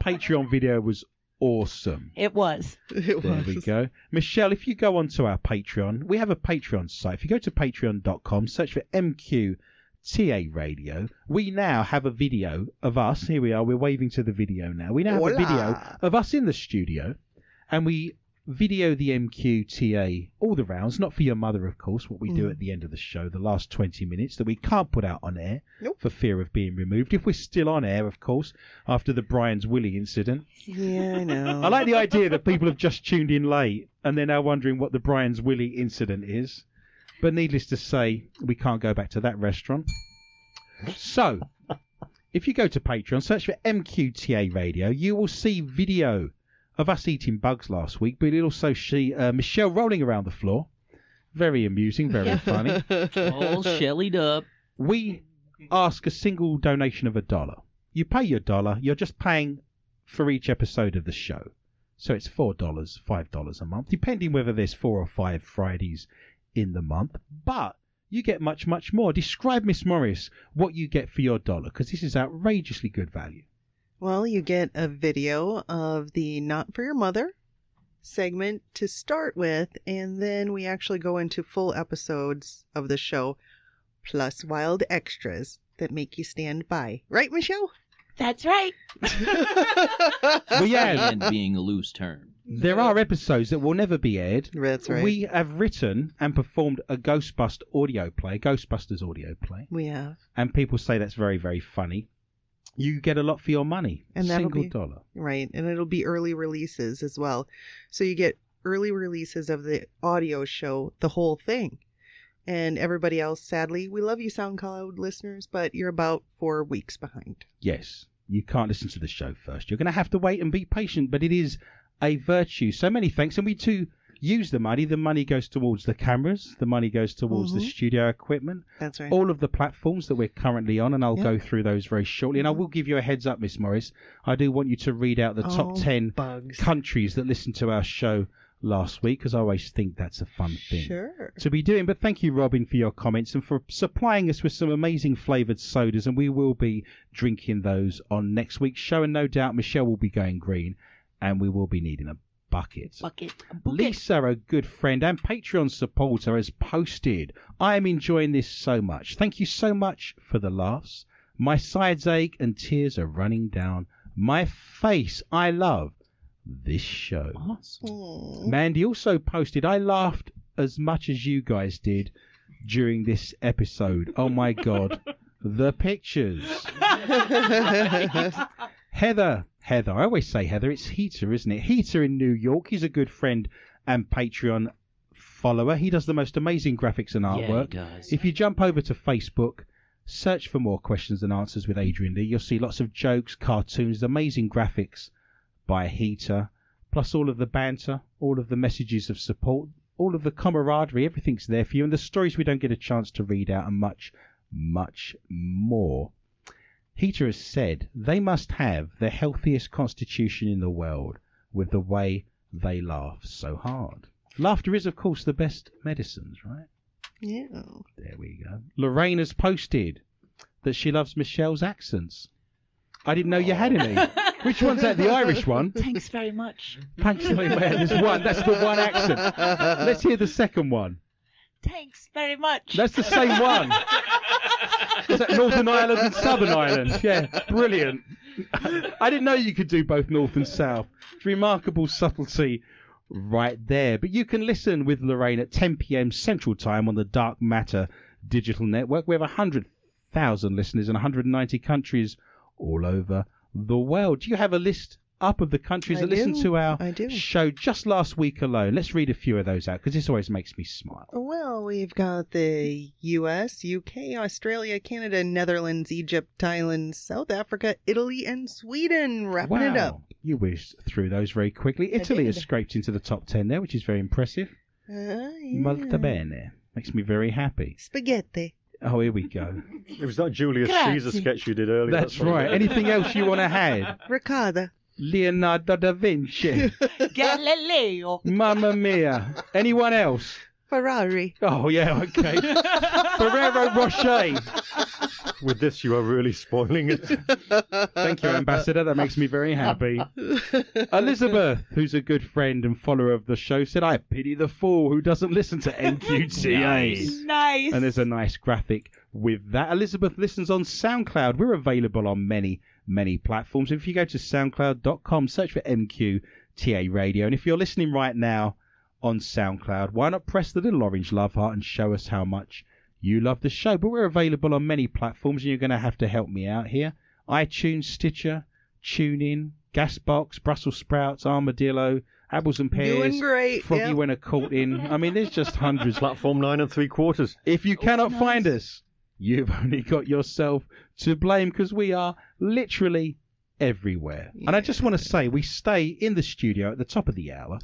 S2: Patreon video was awesome.
S6: it was.
S3: It
S2: There
S3: was.
S2: we go. Michelle, if you go onto our Patreon, we have a Patreon site. If you go to patreon.com, search for MQTA Radio, we now have a video of us. Here we are, we're waving to the video now. We now have a video
S3: Hola.
S2: of us in the studio, and we video the MQTA all the rounds, not for your mother, of course, what we do
S3: Mm.
S2: at the end of the show, the last 20 minutes that we can't put out on air
S3: Nope.
S2: for fear of being removed. If we're still on air, of course, after the Brian's Willie incident.
S3: Yeah, I know.
S2: I like the idea that people have just tuned in late and they're now wondering what the Brian's Willie incident is. But needless to say, we can't go back to that restaurant. So, if you go to Patreon, search for MQTA Radio, you will see video of us eating bugs last week, but you'll also see uh, Michelle rolling around the floor. Very amusing, very funny.
S7: All shellied up.
S2: We ask a single donation of a dollar. You pay your dollar, you're just paying for each episode of the show. So it's $4, $5 a month, depending whether there's four or five Fridays in the month. But you get much, much more. Describe, Miss Morris, what you get for your dollar, because this is outrageously good value.
S3: Well, you get a video of the Not For Your Mother segment to start with, and then we actually go into full episodes of the show, plus wild extras that make you stand by. Right, Michelle?
S6: That's right.
S2: We have.
S7: And being a loose term.
S2: There are episodes that will never be aired.
S3: That's right.
S2: We have written and performed a Ghostbust audio play, Ghostbusters audio play.
S3: We have.
S2: and people say that's very very funny you get a lot for your money
S3: And that'll
S2: single
S3: be-
S2: dollar
S3: Right. And it'll be early releases as well. So you get early releases of the audio show, the whole thing. And everybody else, sadly, we love you, SoundCloud listeners, but you're about four weeks behind.
S2: yes you can't listen to the show first you're going to have to wait and be patient but it is a virtue so many thanks and we too use the money the money goes towards the cameras the money goes towards the
S3: Mhm.
S2: studio equipment
S3: That's right.
S2: all of the platforms that we're currently on and i'll
S3: Yeah.
S2: go through those very shortly and i will give you a heads up miss morris i do want you to read out the top
S3: Oh,
S2: 10
S3: bugs.
S2: countries that listened to our show last week because i always think that's a fun thing
S3: Sure.
S2: to be doing. But thank you, Robin, for your comments and for supplying us with some amazing flavoured sodas. And we will be drinking those on next week's show. And no doubt Michelle will be going green and we will be needing a bucket.
S6: Bucket.
S2: Lisa, a good friend and Patreon supporter, has posted, I am enjoying this so much. Thank you so much for the laughs. My sides ache and tears are running down my face. I love this show.
S3: Aw.
S2: Mandy also posted, I laughed as much as you guys did during this episode. Oh my god. the pictures. Heather, Heather, I always say Heather, it's Heater, isn't it? Heater in New York. He's a good friend and Patreon follower. He does the most amazing graphics and
S7: Yeah,
S2: artwork.
S7: guys.
S2: If you jump over to Facebook, search for more questions and answers with Adrian Lee, you'll see lots of jokes, cartoons, amazing graphics by Heater, plus all of the banter, all of the messages of support, all of the camaraderie, everything's there for you, and the stories we don't get a chance to read out, and much, much more. Heater has said they must have the healthiest constitution in the world with the way they laugh so hard. Laughter is, of course, the best medicines, right?
S3: Yeah.
S2: There we go. Lorraine has posted that she loves Michelle's accents. I didn't know you had any. Which one's that? The Irish one?
S6: Thanks very much.
S2: Thanks, very much. There's one. That's the one accent. Let's hear the second one.
S6: Thanks very much.
S2: That's the same one. Is that Northern Ireland and Southern Ireland? Yeah, brilliant. I didn't know you could do both North and South. It's remarkable subtlety right there. But you can listen with Lorraine at 10 p.m. Central Time on the Dark Matter Digital Network. We have 100,000 listeners in 190 countries all over the world. Do you have a list up of the countries
S3: I
S2: that listen
S3: do.
S2: to our
S3: I do.
S2: show just last week alone? Let's read a few of those out because this always makes me smile.
S3: Well, we've got the US, UK, Australia, Canada, Netherlands, Egypt, Thailand, South Africa, Italy, and Sweden. Wrapping
S2: wow.
S3: it up.
S2: You whizzed through those very quickly. Italy has
S3: did.
S2: scraped into the top 10 there, which is very impressive.
S3: Uh, yeah.
S2: Molto bene. Makes me very happy.
S3: Spaghetti.
S2: Oh, here we go.
S4: It was that Julius
S6: Grazie.
S4: Caesar sketch you did earlier.
S2: That's
S4: all.
S2: right. Anything else you want to add?
S3: Ricotta.
S2: Leonardo da Vinci.
S6: Galileo.
S2: Mamma mia. Anyone else?
S3: Ferrari.
S2: Oh, yeah, okay. Ferrero Rocher.
S4: With this, you are really spoiling it.
S2: Thank you, Ambassador. That makes me very happy. Elizabeth, who's a good friend and follower of the show, said, I pity the fool who doesn't listen to NQTA.
S6: Nice.
S2: And there's a nice graphic with that. Elizabeth listens on SoundCloud. We're available on many, many platforms. If you go to soundcloud.com, search for MQTA Radio. And if you're listening right now on SoundCloud, why not press the little orange love heart and show us how much you love the show? But we're available on many platforms, and you're going to have to help me out here iTunes, Stitcher, TuneIn, Gasbox, Brussels Sprouts, Armadillo, Apples and Pears.
S3: Doing great.
S2: Froggy
S3: yep.
S2: when a caught in. I mean, there's just hundreds.
S4: Platform nine and three quarters.
S2: If you cannot find us, you've only got yourself to blame because we are literally everywhere. And I just want to say, we stay in the studio at the top of the hour.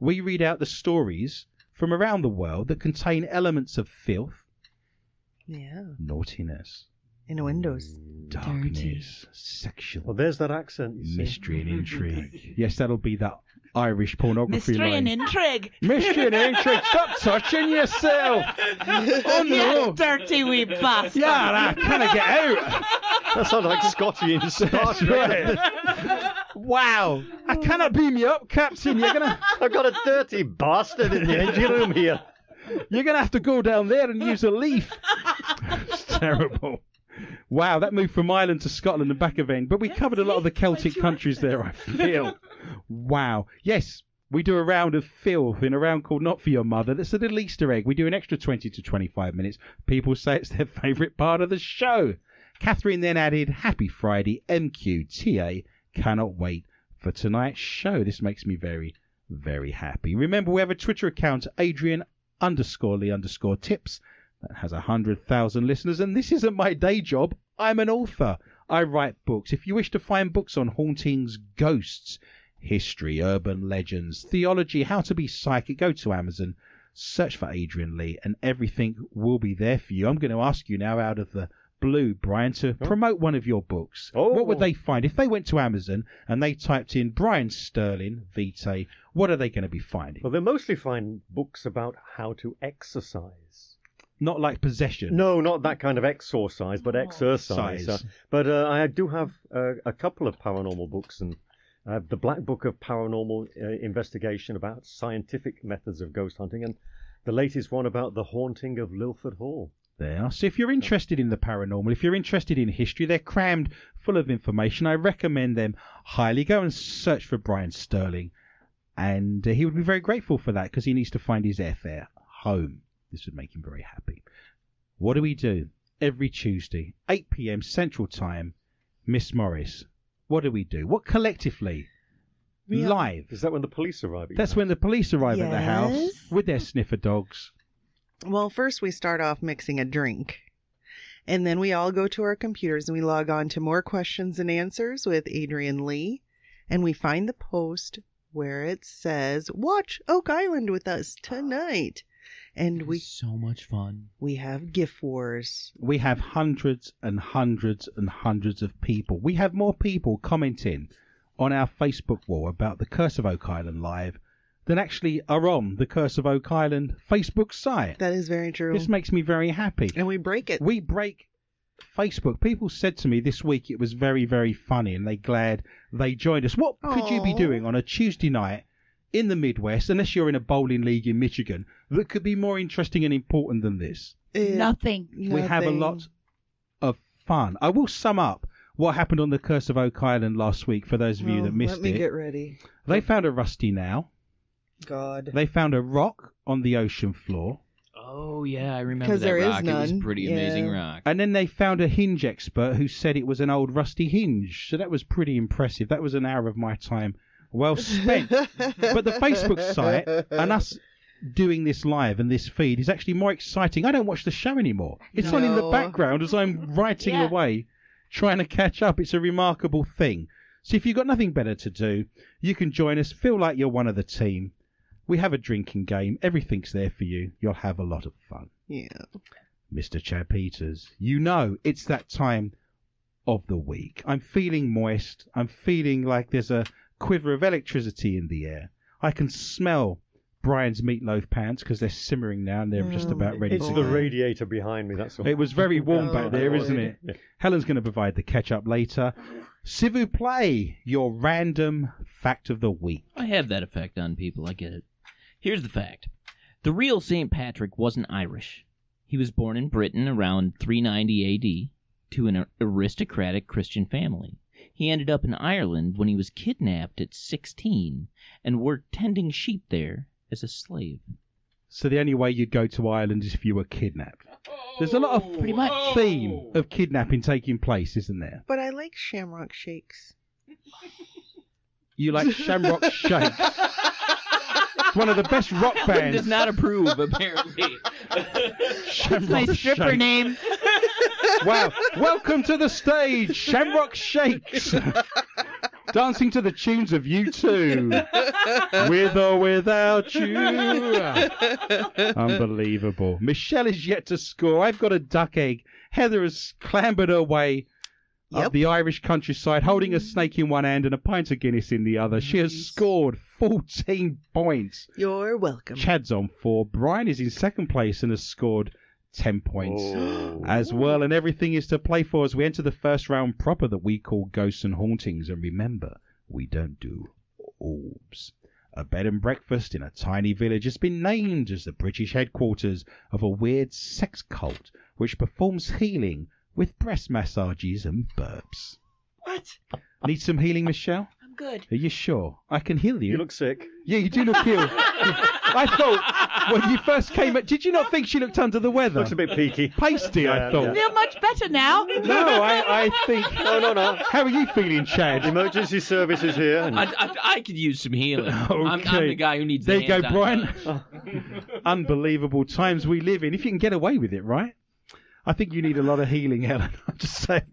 S2: We read out the stories from around the world that contain elements of filth,
S3: yeah.
S2: naughtiness,
S3: In the windows.
S2: darkness, sexual
S4: Well, there's that accent. You see.
S2: mystery, and intrigue. yes, that'll be that Irish pornography
S6: Mystery
S2: line.
S6: and intrigue.
S2: mystery and intrigue. Stop touching yourself. oh
S6: You
S2: no.
S6: dirty wee bastard.
S2: Yeah, I kind of get out.
S4: That sounds like Scotty in Star
S2: That's
S4: Trek.
S2: right. wow. I cannot beam you up, Captain. You're gonna
S4: I've got a dirty bastard in the engine room here.
S2: you're gonna have to go down there and use a leaf. it's terrible. Wow, that moved from Ireland to Scotland and back again. But we covered a lot of the Celtic countries there, I feel. Wow. Yes, we do a round of filth in a round called Not For Your Mother. That's a little Easter egg. We do an extra 20 to 25 minutes. People say it's their favourite part of the show. Catherine then added, Happy Friday, MQTA. Cannot wait for tonight's show. This makes me very, very happy. Remember, we have a Twitter account, Adrian underscore Lee underscore tips that has a 100,000 listeners, and this isn't my day job. I'm an author. I write books. If you wish to find books on hauntings, ghosts, history, urban legends, theology, how to be psychic, go to Amazon, search for Adrian Lee, and everything will be there for you. I'm going to ask you now out of the blue, Brian, to promote one of your books.
S4: Oh.
S2: What would they find? If they went to Amazon and they typed in Brian Sterling, Vitae, what are they going to be finding?
S4: Well, they mostly find books about how to exercise.
S2: Not like possession.
S4: No, not that kind of exorcise, but exercise.
S2: Size.
S4: Uh, but uh, I do have uh, a couple of paranormal books and uh, the Black Book of Paranormal uh, Investigation about scientific methods of ghost hunting and the latest one about the haunting of Lilford Hall.
S2: They are. So if you're interested in the paranormal, if you're interested in history, they're crammed full of information. I recommend them highly. Go and search for Brian Sterling, and uh, he would be very grateful for that because he needs to find his airfare home. This would make him very happy. What do we do every Tuesday, 8 p.m. Central Time? Miss Morris, what do we do? What collectively?
S3: We are-
S2: Live.
S4: Is that when the police arrive? at your
S2: That's when the police arrive at the house
S3: Yes.
S2: with their sniffer dogs.
S3: Well, first we start off mixing a drink. And then we all go to our computers and we log on to more questions and answers with Adrian Lee. And we find the post where it says, Watch Oak Island with us tonight. And we
S7: so much fun.
S3: we have gift wars.
S2: we have hundreds and hundreds and hundreds of people. We have more people commenting on our Facebook wall about the Curse of Oak Island live than actually are on the Curse of Oak Island Facebook site.
S3: That is very true.
S2: This makes me very happy.
S3: and we break it.
S2: We break Facebook. People said to me this week it was very, very funny and they glad they joined us. What could you be
S3: Aw.
S2: doing on a Tuesday night in the Midwest, unless you're in a bowling league in Michigan, that could be more interesting and important than this?
S3: It-
S6: Nothing.
S2: we have a
S3: nothing.
S2: lot of fun. I will sum up what happened on the Curse of Oak Island last week for those of you
S3: Well,
S2: that missed
S3: Let me
S2: it.
S3: get ready.
S2: They found a rusty nail.
S3: God.
S2: They found a rock on the ocean floor,
S7: Oh yeah, I remember
S3: 'Cause
S7: that
S3: there is
S7: rock. It was
S3: none.
S7: pretty
S3: Yeah.
S7: amazing rock.
S2: and then they found a hinge expert who said it was an old rusty hinge. So that was pretty impressive. That was an hour of my time well spent. but the Facebook site and us doing this live and this feed is actually more exciting. I don't watch the show anymore. It's on in the
S3: No.
S2: background as I'm writing
S6: Yeah.
S2: away, trying to catch up. It's a remarkable thing. So if you've got nothing better to do, you can join us. Feel like you're one of the team. We have a drinking game. Everything's there for you. You'll have a lot of fun.
S3: Yeah.
S2: Mr. Chad Peters. You know, it's that time of the week. I'm feeling moist. I'm feeling like there's a quiver of electricity in the air. I can smell Brian's meatloaf pans because they're simmering now and they're just
S3: Oh,
S2: about ready
S4: It's
S2: to
S3: boy.
S4: Mm, the
S2: go.
S4: radiator behind me. That's all.
S2: It was very warm back there,
S4: Oh,
S2: isn't it?
S4: yeah.
S2: Helen's going to provide the catch up later. Civu Play, your random fact of the week.
S7: I have that effect on people. I get it. Here's the fact the real St. Patrick wasn't Irish. He was born in Britain around 390 AD to an aristocratic Christian family. He ended up in Ireland when he was kidnapped at 16 and worked tending sheep there as a slave.
S2: So the only way you'd go to Ireland is if you were kidnapped. There's a lot
S4: Oh,
S2: of pretty much theme of kidnapping taking place, isn't there?
S3: But I like shamrock shakes.
S2: You like Shamrock Shake. It's one of the best rock
S7: Helen
S2: bands.
S7: does not approve, apparently.
S2: Shamrock
S6: My stripper
S2: Shake.
S6: name.
S2: Wow. Welcome to the stage, Shamrock Shakes. Dancing to the tunes of you two. With or without you. Unbelievable. Michelle is yet to score. I've got a duck egg. Heather has clambered her way
S3: Yep.
S2: up the Irish countryside, holding a snake in one hand and a pint of Guinness in the other. She has scored 14 points.
S3: You're welcome.
S2: Chad's on four. Brian is in second place and has scored 10 points
S4: Oh.
S2: as well, and everything is to play for as we enter the first round proper that we call Ghosts and Hauntings. And remember, we don't do orbs. A bed and breakfast in a tiny village has been named as the British headquarters of a weird sex cult which performs healing with breast massages and burps.
S6: What?
S2: Need some healing, Michelle?
S6: I'm good.
S2: Are you sure? I can heal you.
S4: You look sick.
S2: yeah, you do look ill. I thought when you first came at, did you not think she looked under the weather?
S4: Looks a bit peaky.
S2: pasty, I
S4: Yeah,
S2: thought.
S6: Feel much better now.
S2: No, I, I think.
S4: No, no, no.
S2: How are you feeling, Chad?
S4: Emergency service is here. and-
S7: I, I, I could use some healing. I'm, I'm
S2: Okay.
S7: the guy who needs
S2: There
S7: the
S2: you go,
S7: hands-on
S2: Brian.
S7: touch.
S4: uh,
S2: Unbelievable times we live in. If you can get away with it, right? I think you need a lot of healing, Helen. I'm just saying.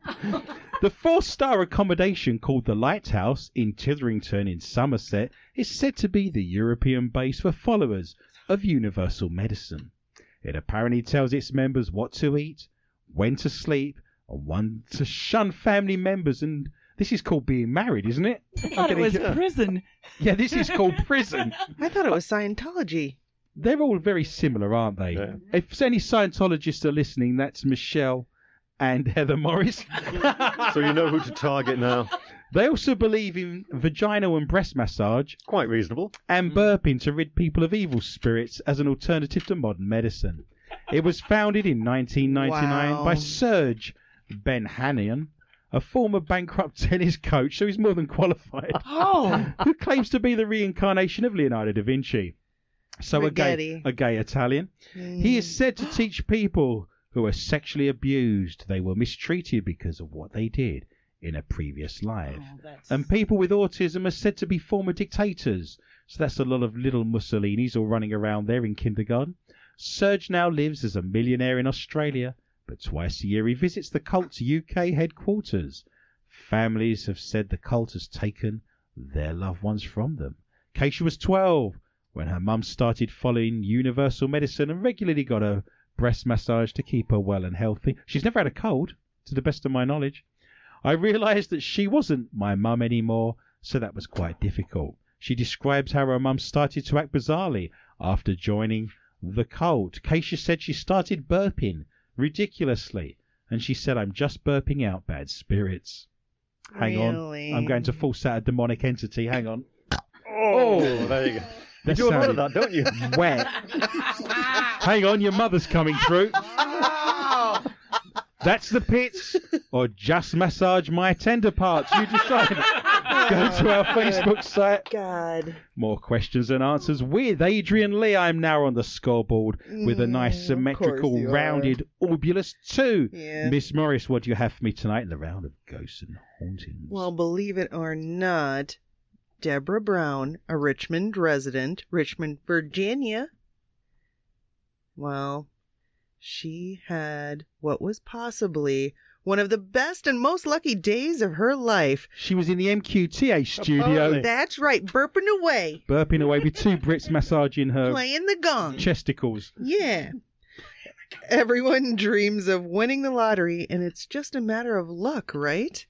S2: The four star accommodation called the Lighthouse in Titherington in Somerset is said to be the European base for followers of universal medicine. It apparently tells its members what to eat, when to sleep, and when to shun family members. And this is called being married, isn't it?
S6: I thought it
S2: Okay,
S6: was
S2: yeah.
S6: prison.
S2: Yeah, this is called prison.
S3: I thought it was Scientology.
S2: They're all very similar, aren't they?
S4: Yeah.
S2: If there's any Scientologists are listening, that's Michelle and Heather Morris.
S4: So you know who to target now.
S2: they also believe in vaginal and breast massage
S4: Quite reasonable.
S2: and burping to rid people of evil spirits as an alternative to modern medicine. It was founded in 1999
S3: Wow.
S2: by Serge Benhanian, a former bankrupt tennis coach, so he's more than qualified.
S6: Oh.
S2: who claims to be the reincarnation of Leonardo da Vinci. So a gay,
S3: Rigetti.
S2: a gay Italian. He is said to teach people who are sexually abused they were mistreated because of what they did in a previous life. And people with autism are said to be former dictators. So that's a lot of little Mussolinis all running around there in kindergarten. Serge now lives as a millionaire in Australia, but twice a year he visits the cult's UK headquarters. Families have said the cult has taken their loved ones from them. Keisha was 12 when her mum started following universal medicine and regularly got a breast massage to keep her well and healthy. She's never had a cold, to the best of my knowledge. I realised that she wasn't my mum anymore, so that was quite difficult. She describes how her mum started to act bizarrely after joining the cult. Keisha said she started burping ridiculously, and she said, I'm just burping out bad spirits. Hang
S3: Really?
S2: on. I'm going to force out a demonic entity. Hang on.
S4: Oh, there you go. You
S2: That
S4: do a lot of that,
S2: sounded
S4: don't you?
S2: Wet. Hang on, your mother's coming through. That's the pits, or just massage my tender parts. You decide. Go to our Facebook site.
S3: God.
S2: More questions and answers with Adrian Lee. I'm now on the scoreboard with a nice
S3: Mm, of course
S2: symmetrical,
S3: you are.
S2: rounded orbulus two.
S3: Yeah.
S2: Miss Morris, what do you have for me tonight in the round of ghosts and hauntings?
S3: Well, believe it or not, Deborah Brown, a Richmond resident, Richmond, Virginia, well, she had what was possibly one of the best and most lucky days of her life.
S2: she was in the MQTA studio,
S4: Apparently.
S3: That's right, burping away,
S2: Uh, burping away with two Brits massaging her
S3: playing the gong.
S2: chesticles.
S3: Yeah. Everyone dreams of winning the lottery, and it's just a matter of luck, right?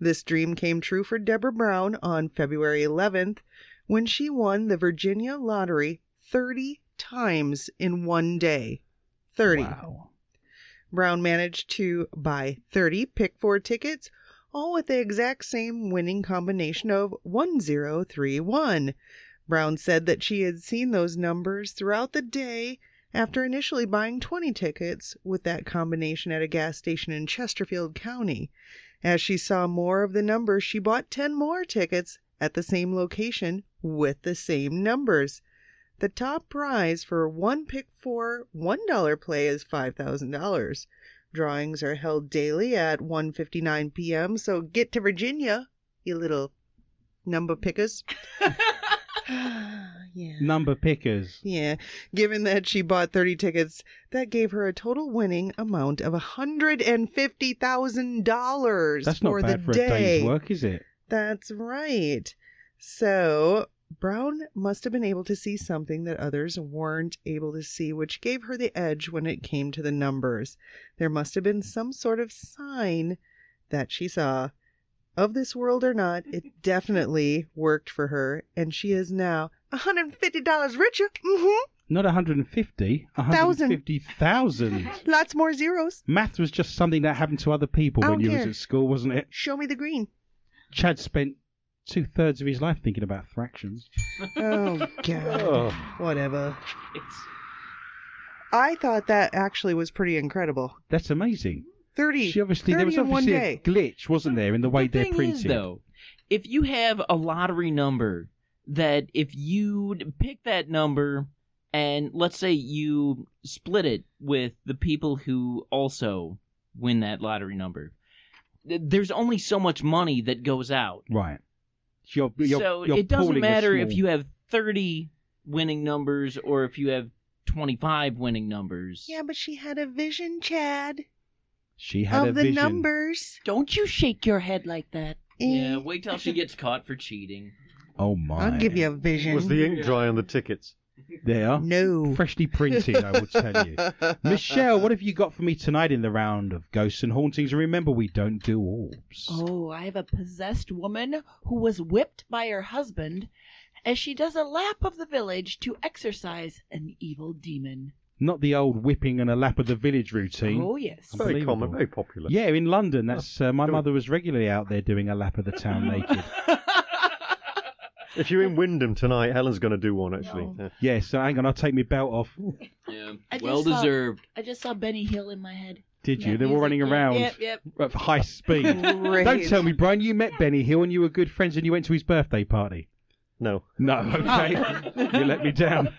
S3: This dream came true for Deborah Brown on February 11th when she won the Virginia lottery 30 times in one day. 30.
S2: Wow.
S3: Brown managed to buy 30 pick four tickets, all with the exact same winning combination of 1031. Brown said that she had seen those numbers throughout the day after initially buying 20 tickets with that combination at a gas station in Chesterfield County. As she saw more of the numbers, she bought 10 more tickets at the same location with the same numbers. The top prize for one pick four $1 play is $5,000. Drawings are held daily at 1:59 p.m., so get to Virginia, you little number pickers. yeah.
S2: Number pickers.
S3: Yeah. Given that she bought 30 tickets, that gave her a total winning amount of $150,000
S2: That's
S3: for
S2: not
S3: the
S2: bad for
S3: day.
S2: a day's work, is it?
S3: That's right. So, Brown must have been able to see something that others weren't able to see, which gave her the edge when it came to the numbers. There must have been some sort of sign that she saw. Of this world or not, it definitely worked for her, and she is now $150 richer. hmm
S2: Not 150,
S3: Thousand.
S2: 150,000.
S3: Lots more zeros.
S2: Math was just something that happened to other people
S3: I
S2: when
S3: don't
S2: you was
S3: care.
S2: at school, wasn't it?
S3: Show me the green.
S2: Chad spent two thirds of his life thinking about fractions.
S3: Oh, God.
S4: Oh,
S3: Whatever.
S7: It's
S3: I thought that actually was pretty incredible.
S2: That's amazing.
S3: 30.
S2: She obviously
S3: 30
S2: there was
S3: in one
S2: obviously a
S3: day.
S2: glitch, wasn't there, in the way
S7: the
S2: they're
S7: thing
S2: printed.
S7: is, though, if you have a lottery number that if you pick that number and let's say you split it with the people who also win that lottery number, th- there's only so much money that goes out.
S2: Right. You're, you're,
S7: so
S2: you're
S7: it doesn't
S2: pooling a
S7: matter if
S2: small-
S7: you have 30 winning numbers or if you have 25 winning numbers.
S3: Yeah, but she had a vision, Chad,
S2: She had a
S3: of the
S2: vision.
S3: numbers.
S6: Don't you shake your head like that.
S7: Yeah,
S3: Eh,
S7: wait till she gets caught for cheating.
S2: Oh my!
S3: I'll give you a vision.
S4: was the ink dry on the tickets?
S2: They are
S3: no.
S2: freshly printed. I will tell you, Michelle. What have you got for me tonight in the round of ghosts and hauntings? And remember, we don't do orbs.
S6: Oh, I have a possessed woman who was whipped by her husband as she does a lap of the village to exorcise an evil demon.
S2: Not the old whipping and a lap of the village routine.
S6: Oh, yes.
S4: Very
S2: Unbelievable.
S4: common, very popular.
S2: Yeah, in London, that's uh, my
S4: Don't-
S2: mother was regularly out there doing a lap of the town naked.
S4: If you're in Wyndham tonight, Helen's going to do one actually.
S8: No.
S4: Yeah.
S2: Yeah, so hang on, I'll take my belt off.
S7: Yeah,
S6: I just
S7: well
S6: thought-
S7: deserved.
S6: I just saw Benny Hill in my head.
S2: Did you?
S6: Yeah,
S2: they were all
S6: music,
S2: running
S6: yeah,
S2: around
S6: Yep, yep.
S2: at high speed.
S3: Great.
S2: Don't tell me, Brian, you met Benny Hill and you were good friends and you went to his birthday party.
S4: No.
S2: No, okay.
S6: Oh.
S2: you let me down.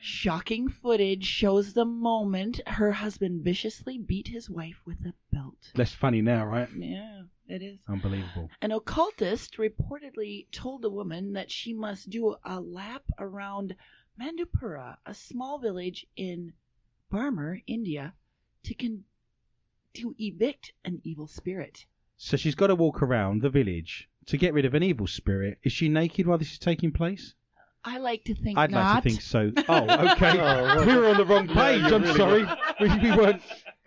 S6: Shocking footage shows the moment her husband viciously beat his wife with a belt.
S2: Less funny now, right?
S6: Yeah, it is.
S2: Unbelievable.
S6: An occultist reportedly told the woman that she must do a lap around Mandupura, a small village in Burma, India, to con- to evict an evil spirit.
S2: So she's got to walk around the village to get rid of an evil spirit. Is she naked while this is taking place?
S6: I like to think
S2: I'd
S6: not.
S2: like to think so. Oh, okay. we were on the wrong page.
S4: you
S2: I'm
S4: really
S2: sorry. We, we weren't.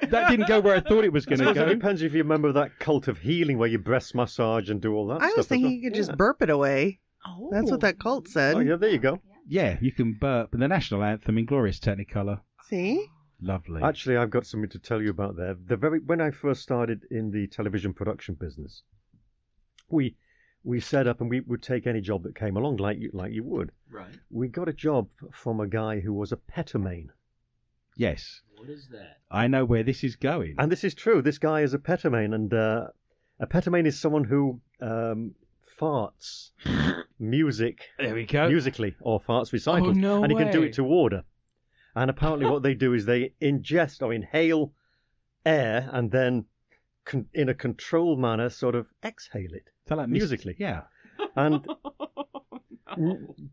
S2: That didn't go where I thought it was
S4: I
S2: going to
S4: suppose
S2: go.
S4: it depends if you're a member of that cult of healing where you breast massage and do all that
S3: I
S4: stuff.
S3: was
S4: as
S3: thinking
S4: well.
S3: you could just burp it away.
S6: Oh,
S3: That's what that cult said.
S4: Oh, yeah, there you go.
S2: Yeah, you can burp the national anthem in glorious Technicolor.
S3: See?
S2: Lovely.
S4: Actually, I've got something to tell you about there. The very when I first started in the television production business, we we set up and we would take any job that came along, like you like you would.
S7: Right.
S4: We got a job f- from a guy who was a petomane,
S2: yes,
S7: What is that?
S2: I know where this is going.
S4: and this is true. This guy is a petomane, and uh, a petomane is someone who um, farts music
S2: There we go.
S4: musically or farts recycled,
S7: Oh, no
S4: and he can do
S7: way.
S4: it to order. And apparently, what they do is they ingest or inhale air and then, con- in a controlled manner, sort of exhale it.
S2: Is that like mis-
S4: musically.
S2: Yeah.
S4: And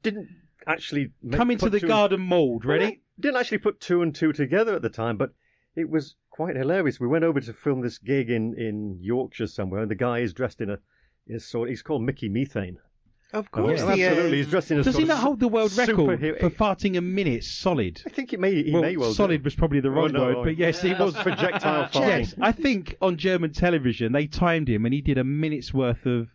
S4: didn't actually make,
S2: Come into
S4: put
S2: the
S4: two and-
S2: garden mould. Ready?
S4: didn't actually put two and two together at the time, but it was quite hilarious. We went over to film this gig in, in Yorkshire somewhere, and the guy is dressed in a is sort. He's called Mickey Methane,
S3: Of
S4: Oh,
S3: course
S2: yeah.
S3: he
S4: absolutely.
S3: is.
S4: He's dressed in a
S2: Does
S4: sort
S2: he
S4: of
S2: not
S4: su-
S2: hold the world record
S4: superhero-
S2: for farting a minute solid?
S4: I think it may. He
S2: well,
S4: may well. do.
S2: solid was probably the
S4: Oh,
S2: wrong
S4: no,
S2: word,
S4: oh,
S2: but yes, he was.
S4: projectile farting.
S2: Yes, I think on German television they timed him and he did a minute's worth of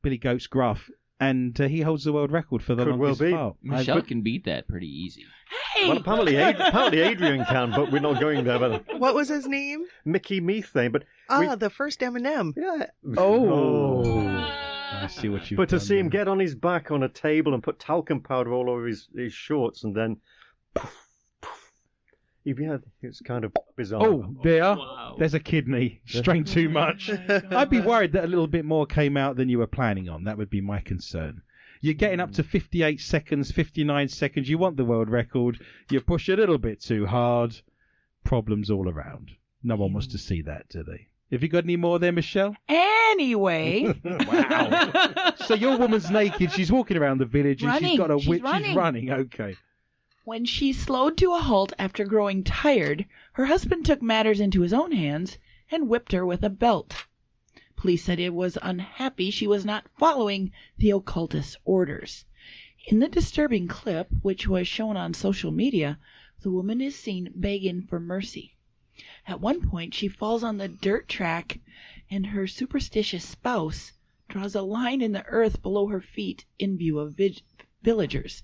S2: Billy Goat's gruff, and uh, he holds the world record for the
S4: Could well
S2: longest
S4: be.
S2: fart. I-
S7: Michelle can beat that pretty easy.
S6: Hey!
S4: Well, apparently, Ad- apparently Adrian can, but we're not going there. But
S3: What was his name?
S4: Mickey Methane, but
S3: Ah,
S4: We-
S3: the first M&M.
S4: yeah.
S2: Oh. I see what you.
S4: But to see him get on his back on a table and put talcum powder all over his, his shorts and then. Yeah, it's kind of bizarre.
S2: Oh, there.
S7: Wow.
S2: There's a kidney.
S6: Oh
S2: Strained too much. I'd be worried that a little bit more came out than you were planning on. That would be my concern. You're getting
S6: Hmm.
S2: up to 58 seconds, 59 seconds. You want the world record. You push a little bit too hard. Problems all around. No one wants to
S6: Hmm.
S2: see that, do they? Have you got any more there, Michelle?
S6: Anyway,
S2: so your woman's naked. She's walking around the village and she's
S6: Running.
S2: got a
S6: She's
S2: witch. She's
S6: running.
S2: running. Okay.
S6: when she slowed to a halt after growing tired, her husband took matters into his own hands and whipped her with a belt. Police said it was unhappy she was not following the occultist's orders. In the disturbing clip, which was shown on social media, the woman is seen begging for mercy. At one point, she falls on the dirt track, and her superstitious spouse draws a line in the earth below her feet in view of vid- villagers.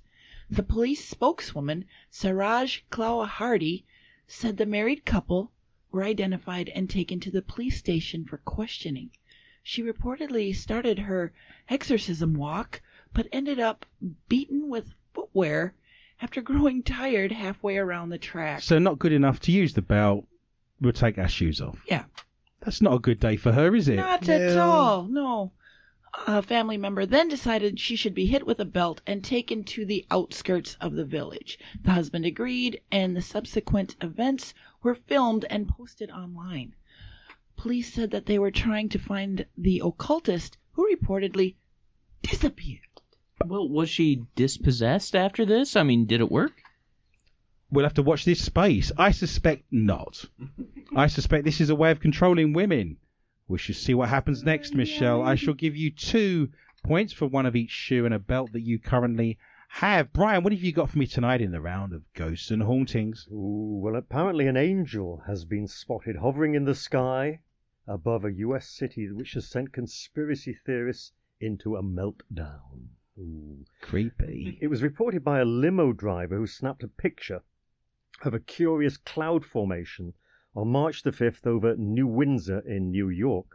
S6: The police spokeswoman, Saraj Hardy, said the married couple were identified and taken to the police station for questioning. She reportedly started her exorcism walk, but ended up beaten with footwear after growing tired halfway around the track.
S2: So not good enough to use the belt. We'll take our shoes off.
S6: Yeah.
S2: That's not a good day for her, is it?
S6: Not at all, no. A family member then decided she should be hit with a belt and taken to the outskirts of the village. The husband agreed, and the subsequent events were filmed and posted online. Police said that they were trying to find the occultist who reportedly disappeared.
S7: Well, was she dispossessed after this? I mean, did it work?
S2: We'll have to watch this space. I suspect not. I suspect this is a way of controlling women. We shall see what happens next,
S3: Oh,
S2: Michelle. I shall give you two points for one of each shoe and a belt that you currently have. Brian, what have you got for me tonight in the round of ghosts and hauntings?
S4: Ooh, well, apparently an angel has been spotted hovering in the sky above a U.S. city, which has sent conspiracy theorists into a meltdown. Ooh.
S2: Creepy.
S4: It was reported by a limo driver who snapped a picture of a curious cloud formation on March the 5th over New Windsor in New York.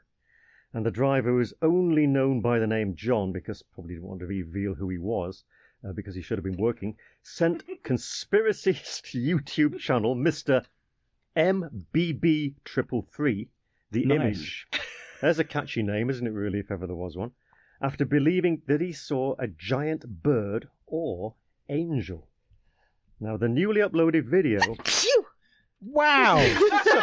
S4: And the driver was only known by the name John because probably didn't want to reveal who he was uh, because he should have been working. Sent conspiracist YouTube channel Mr. MBB333 the
S2: Nice.
S4: image. There's a catchy name, isn't it, really, if ever there was one? After believing that he saw a giant bird or angel. Now, the newly uploaded video.
S2: Wow!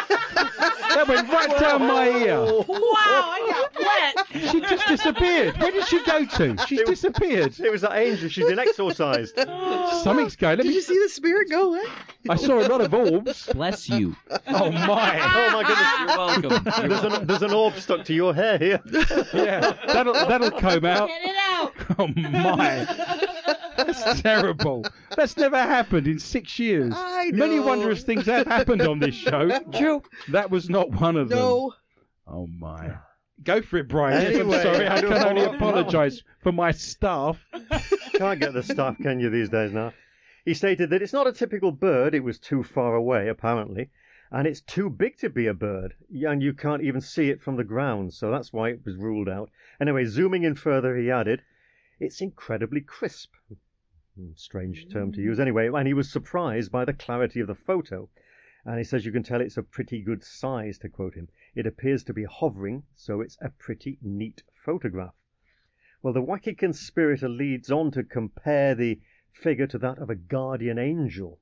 S2: that went right down my ear.
S6: Wow, I got wet!
S2: She just disappeared. Where did she go to? She's disappeared.
S4: It was that angel. She's been exorcised.
S2: Something's going. Let
S3: Did
S2: me.
S3: you see the spirit go away?
S2: I saw a lot of orbs.
S7: Bless you.
S2: Oh my!
S4: Oh my
S7: You're
S4: goodness.
S7: welcome. You're
S4: There's
S7: welcome.
S4: an, there's an orb stuck to your hair here.
S2: Yeah, that'll that'll comb out.
S8: Get it out.
S2: Oh my! That's terrible. That's never happened in six years.
S3: I know.
S2: Many wondrous things have happened on this show.
S6: True.
S2: That was not one of
S3: No.
S2: them. Oh my! Go for it, Brian. Yes,
S4: Anyway,
S2: I'm sorry. I
S4: I don't
S2: can
S4: follow
S2: only
S4: up on that
S2: apologise for my staff.
S4: Can't get the stuff, can you, these days now? He stated that it's not a typical bird. It was too far away, apparently. And it's too big to be a bird. And you can't even see it from the ground. So that's why it was ruled out. Anyway, zooming in further, he added, it's incredibly crisp. Hmm, Strange term to use. Anyway, and he was surprised by the clarity of the photo. And he says you can tell it's a pretty good size, to quote him. It appears to be hovering, so it's a pretty neat photograph. Well, the wacky conspirator leads on to compare the figure to that of a guardian angel.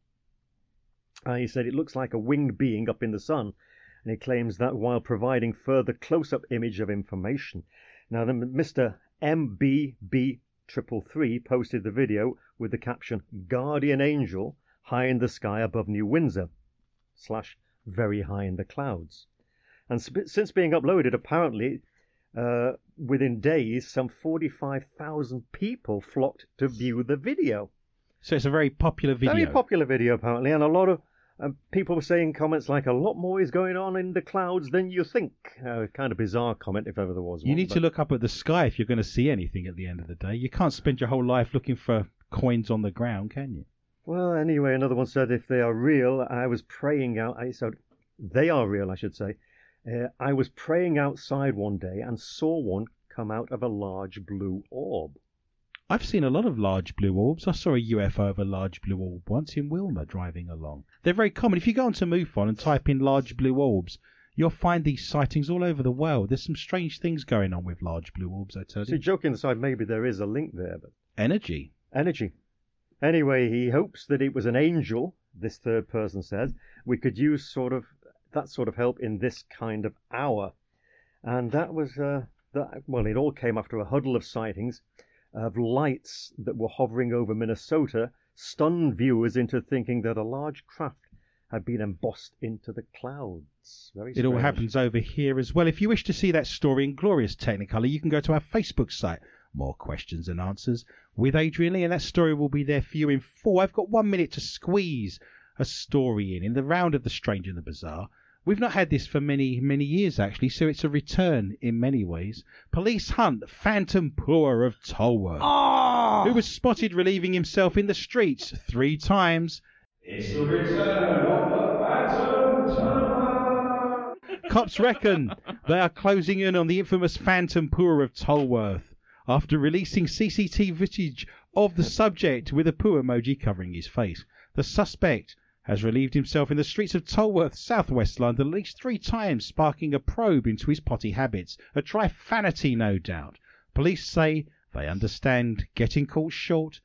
S4: And he said it looks like a winged being up in the sun, and he claims that while providing further close up image of information. Now, the Mr. MBB333 posted the video with the caption Guardian Angel High in the Sky Above New Windsor, slash, very high in the clouds. And sp- since being uploaded, apparently Uh, within days, some 45,000 people flocked to view the video.
S2: So it's a very popular video.
S4: Very popular video, apparently, and a lot of um, people were saying comments like, a lot more is going on in the clouds than you think. Uh, kind of bizarre comment, if ever there was
S2: you
S4: one.
S2: need to
S4: but-
S2: look up at the sky if you're going to see anything at the end of the day. You can't spend your whole life looking for coins on the ground, can you?
S4: Well, anyway, another one said, if they are real, I was praying out. I said, they are real, I should say. Uh, I was praying outside one day and saw one come out of a large blue orb.
S2: I've seen a lot of large blue orbs. I saw a UFO of a large blue orb once in Wilmer driving along. They're very common. If you go onto MUFON and type in large blue orbs, you'll find these sightings all over the world. There's some strange things going on with large blue orbs, I tell
S4: So,
S2: you.
S4: joking aside, maybe there is a link there, but
S2: Energy.
S4: energy. Anyway, he hopes that it was an angel, this third person says. We could use sort of that sort of help in this kind of hour. And that was, uh, that, well, it all came after a huddle of sightings of lights that were hovering over Minnesota, stunned viewers into thinking that a large craft had been embossed into the clouds. Very
S2: It all
S4: strange.
S2: happens over here as well. If you wish to see that story in glorious Technicolor, you can go to our Facebook site, More Questions and Answers with Adrian Lee, and that story will be there for you in full. I've got one minute to squeeze a story in in the round of the strange and the bizarre. We've not had this for many, many years actually, so it's a return in many ways. Police hunt Phantom Poor of Tolworth, who was spotted relieving himself in the streets three times Cops reckon they are closing in on the infamous Phantom Poor of Tolworth after releasing CCTV footage of the subject with a poo emoji covering his face. The suspect has relieved himself in the streets of Tolworth, southwest London, at least three times, sparking a probe into his potty habits. A trifanity, no doubt. Police say they understand getting caught short,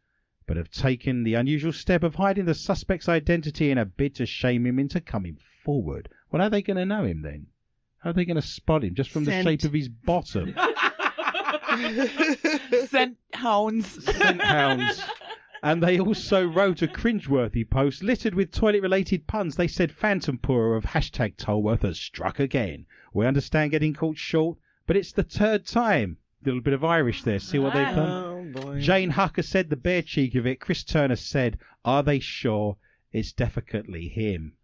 S2: but have taken the unusual step of hiding the suspect's identity in a bid to shame him into coming forward. Well, how are they going to know him then? How are they going to spot him just from
S3: Scent.
S2: the shape of his bottom?
S6: Scent hounds.
S2: Scent hounds. And they also wrote a cringeworthy post littered with toilet related puns. They said Phantom Poorer of hashtag Tolworth has struck again. We understand getting caught short, but it's the third time. Little bit of Irish there. See what they've done?
S3: Oh boy.
S2: Jane Hucker said the bare cheek of it. Chris Turner said, Are they sure it's definitely him?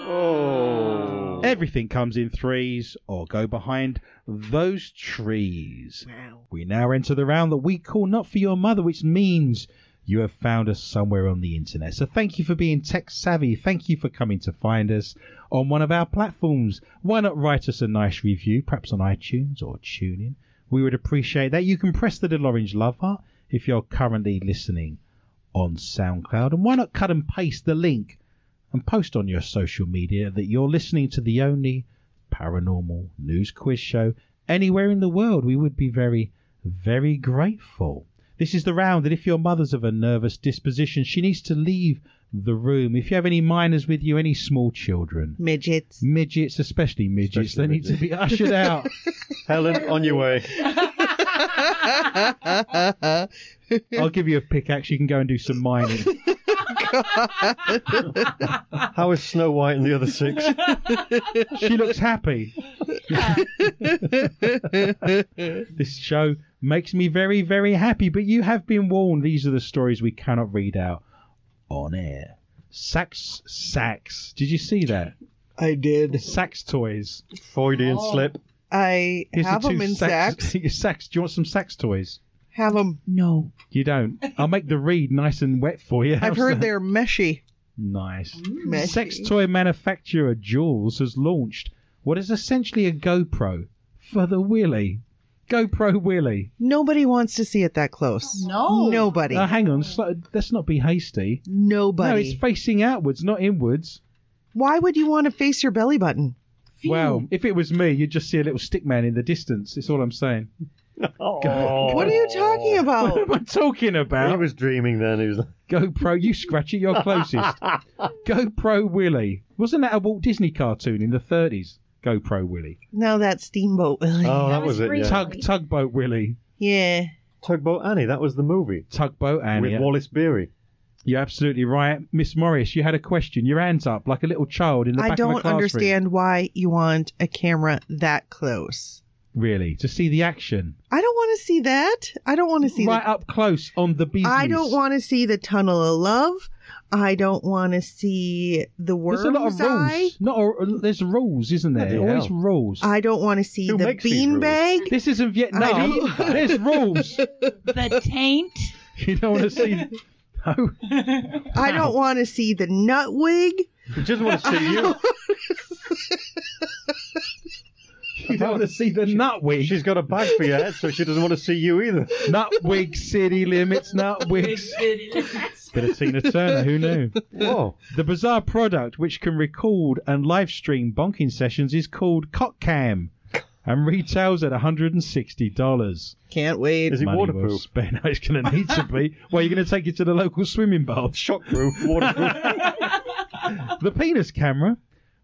S4: Oh.
S2: Everything comes in threes or go behind those trees.
S3: wow.
S2: We now enter the round that we call Not For Your Mother, which means you have found us somewhere on the internet. So thank you for being tech savvy. Thank you for coming to find us on one of our platforms. Why not write us a nice review, perhaps on iTunes or TuneIn? We would appreciate that. You can press the little orange love heart if you're currently listening on SoundCloud. And why not cut and paste the link and post on your social media that you're listening to the only paranormal news quiz show anywhere in the world. We would be very, very grateful. This is the round that if your mother's of a nervous disposition, she needs to leave the room. If you have any minors with you, any small children,
S3: Midgets.
S2: midgets, especially midgets,
S4: Especially
S2: they need to be ushered out.
S4: Helen, on your way.
S2: I'll give you a pickaxe. You can go and do some mining.
S4: How is Snow White and the other six?
S2: she looks happy. this show makes me very, very happy. But you have been warned. These are the stories we cannot read out on air. Sax, sax. Did you see that?
S3: I did.
S2: Sax toys.
S4: Freudian slip.
S3: I
S2: Here's the
S3: Oh, have
S2: two
S3: them in
S2: sax.
S3: sacks.
S2: sax. Do you want some sax toys?
S3: Have them.
S6: No.
S2: You don't. I'll make the reed nice and wet for you.
S3: I've
S2: How's
S3: heard
S2: that?
S3: they're meshy.
S2: Nice.
S3: Meshy.
S2: Sex toy manufacturer Jules has launched what is essentially a GoPro for the wheelie. GoPro wheelie.
S3: Nobody wants to see it that close.
S6: No.
S3: Nobody.
S2: Now, hang on, sl- let's not be hasty. Uh, No,
S3: Nobody.
S2: it's facing outwards, not inwards.
S3: Why would you want to face your belly button?
S2: Well, if it was me, you'd just see a little stick man in the distance. That's all I'm saying.
S3: Oh.
S2: Oh.
S3: What are you talking about?
S2: What am I talking
S4: He
S2: about?
S4: was dreaming then. He was like,
S2: GoPro, you scratch it, you're closest. GoPro Willie. Wasn't that a Walt Disney cartoon in the 30s? GoPro Willie.
S3: Now that steamboat, Willie.
S4: oh, that
S8: was
S4: was it.
S8: great.
S4: Yeah.
S8: Tug-
S2: Tug, tugboat Willie.
S3: Yeah.
S4: Tugboat Annie. That was the movie
S2: Tugboat Annie.
S4: with Wallace Beery.
S2: You're absolutely right. Miss Morris, you had a question. Your hand's up like a little child in the
S3: I
S2: back of a
S3: don't
S2: classroom.
S3: understand why you want a camera that close.
S2: really, to see the action
S3: I don't want to see that. I don't want to see
S2: right up close on the bees.
S3: the, I don't want to see the tunnel of love. I don't want to see the worm's
S2: There's a lot of
S3: eye.
S2: rules. Not a, there's rules, isn't there?
S4: Bloody
S2: Always
S4: hell.
S2: rules.
S3: I don't want to see
S4: Who
S3: the
S4: makes these rules?
S3: beanbag.
S2: this isn't
S3: I
S2: Vietnam.
S3: don't-
S2: There's rules.
S6: The taint.
S2: You don't want to see. No.
S3: I don't want to see the nutwig.
S4: He doesn't want to see you.
S2: You don't want to see the nutwig.
S4: She's got a bag for your head, so she doesn't want to see you either.
S2: Nutwig city limits, nutwigs. Bit of Tina Turner, who knew?
S4: Whoa.
S2: The bizarre product which can record and live stream bonking sessions is called Cockcam and retails at $160.
S3: Can't wait.
S4: Is it
S2: Money well
S4: waterproof?
S2: spent. No, It's going to need to be. Well, you're going to take it to the local swimming bath.
S4: Shockproof, waterproof.
S2: The penis camera,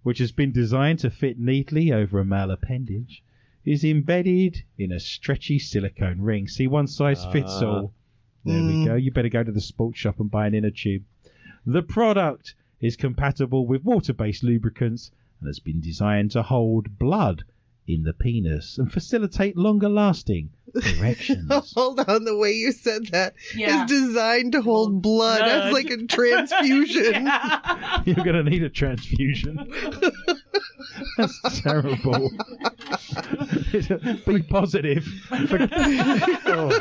S2: which has been designed to fit neatly over a male appendage, is embedded in a stretchy silicone ring. See, one size fits
S4: Ah.
S2: all. There we
S3: Mm.
S2: go. You better go to the sports shop and buy an inner tube. The product is compatible with water based lubricants and has been designed to hold blood in the penis and facilitate longer lasting erections.
S3: Hold on, the way you said that is
S6: Yeah.
S3: designed to hold blood. That's
S7: Blood.
S3: like a transfusion.
S2: You're going to need a transfusion. That's terrible. Be positive.
S4: Oh,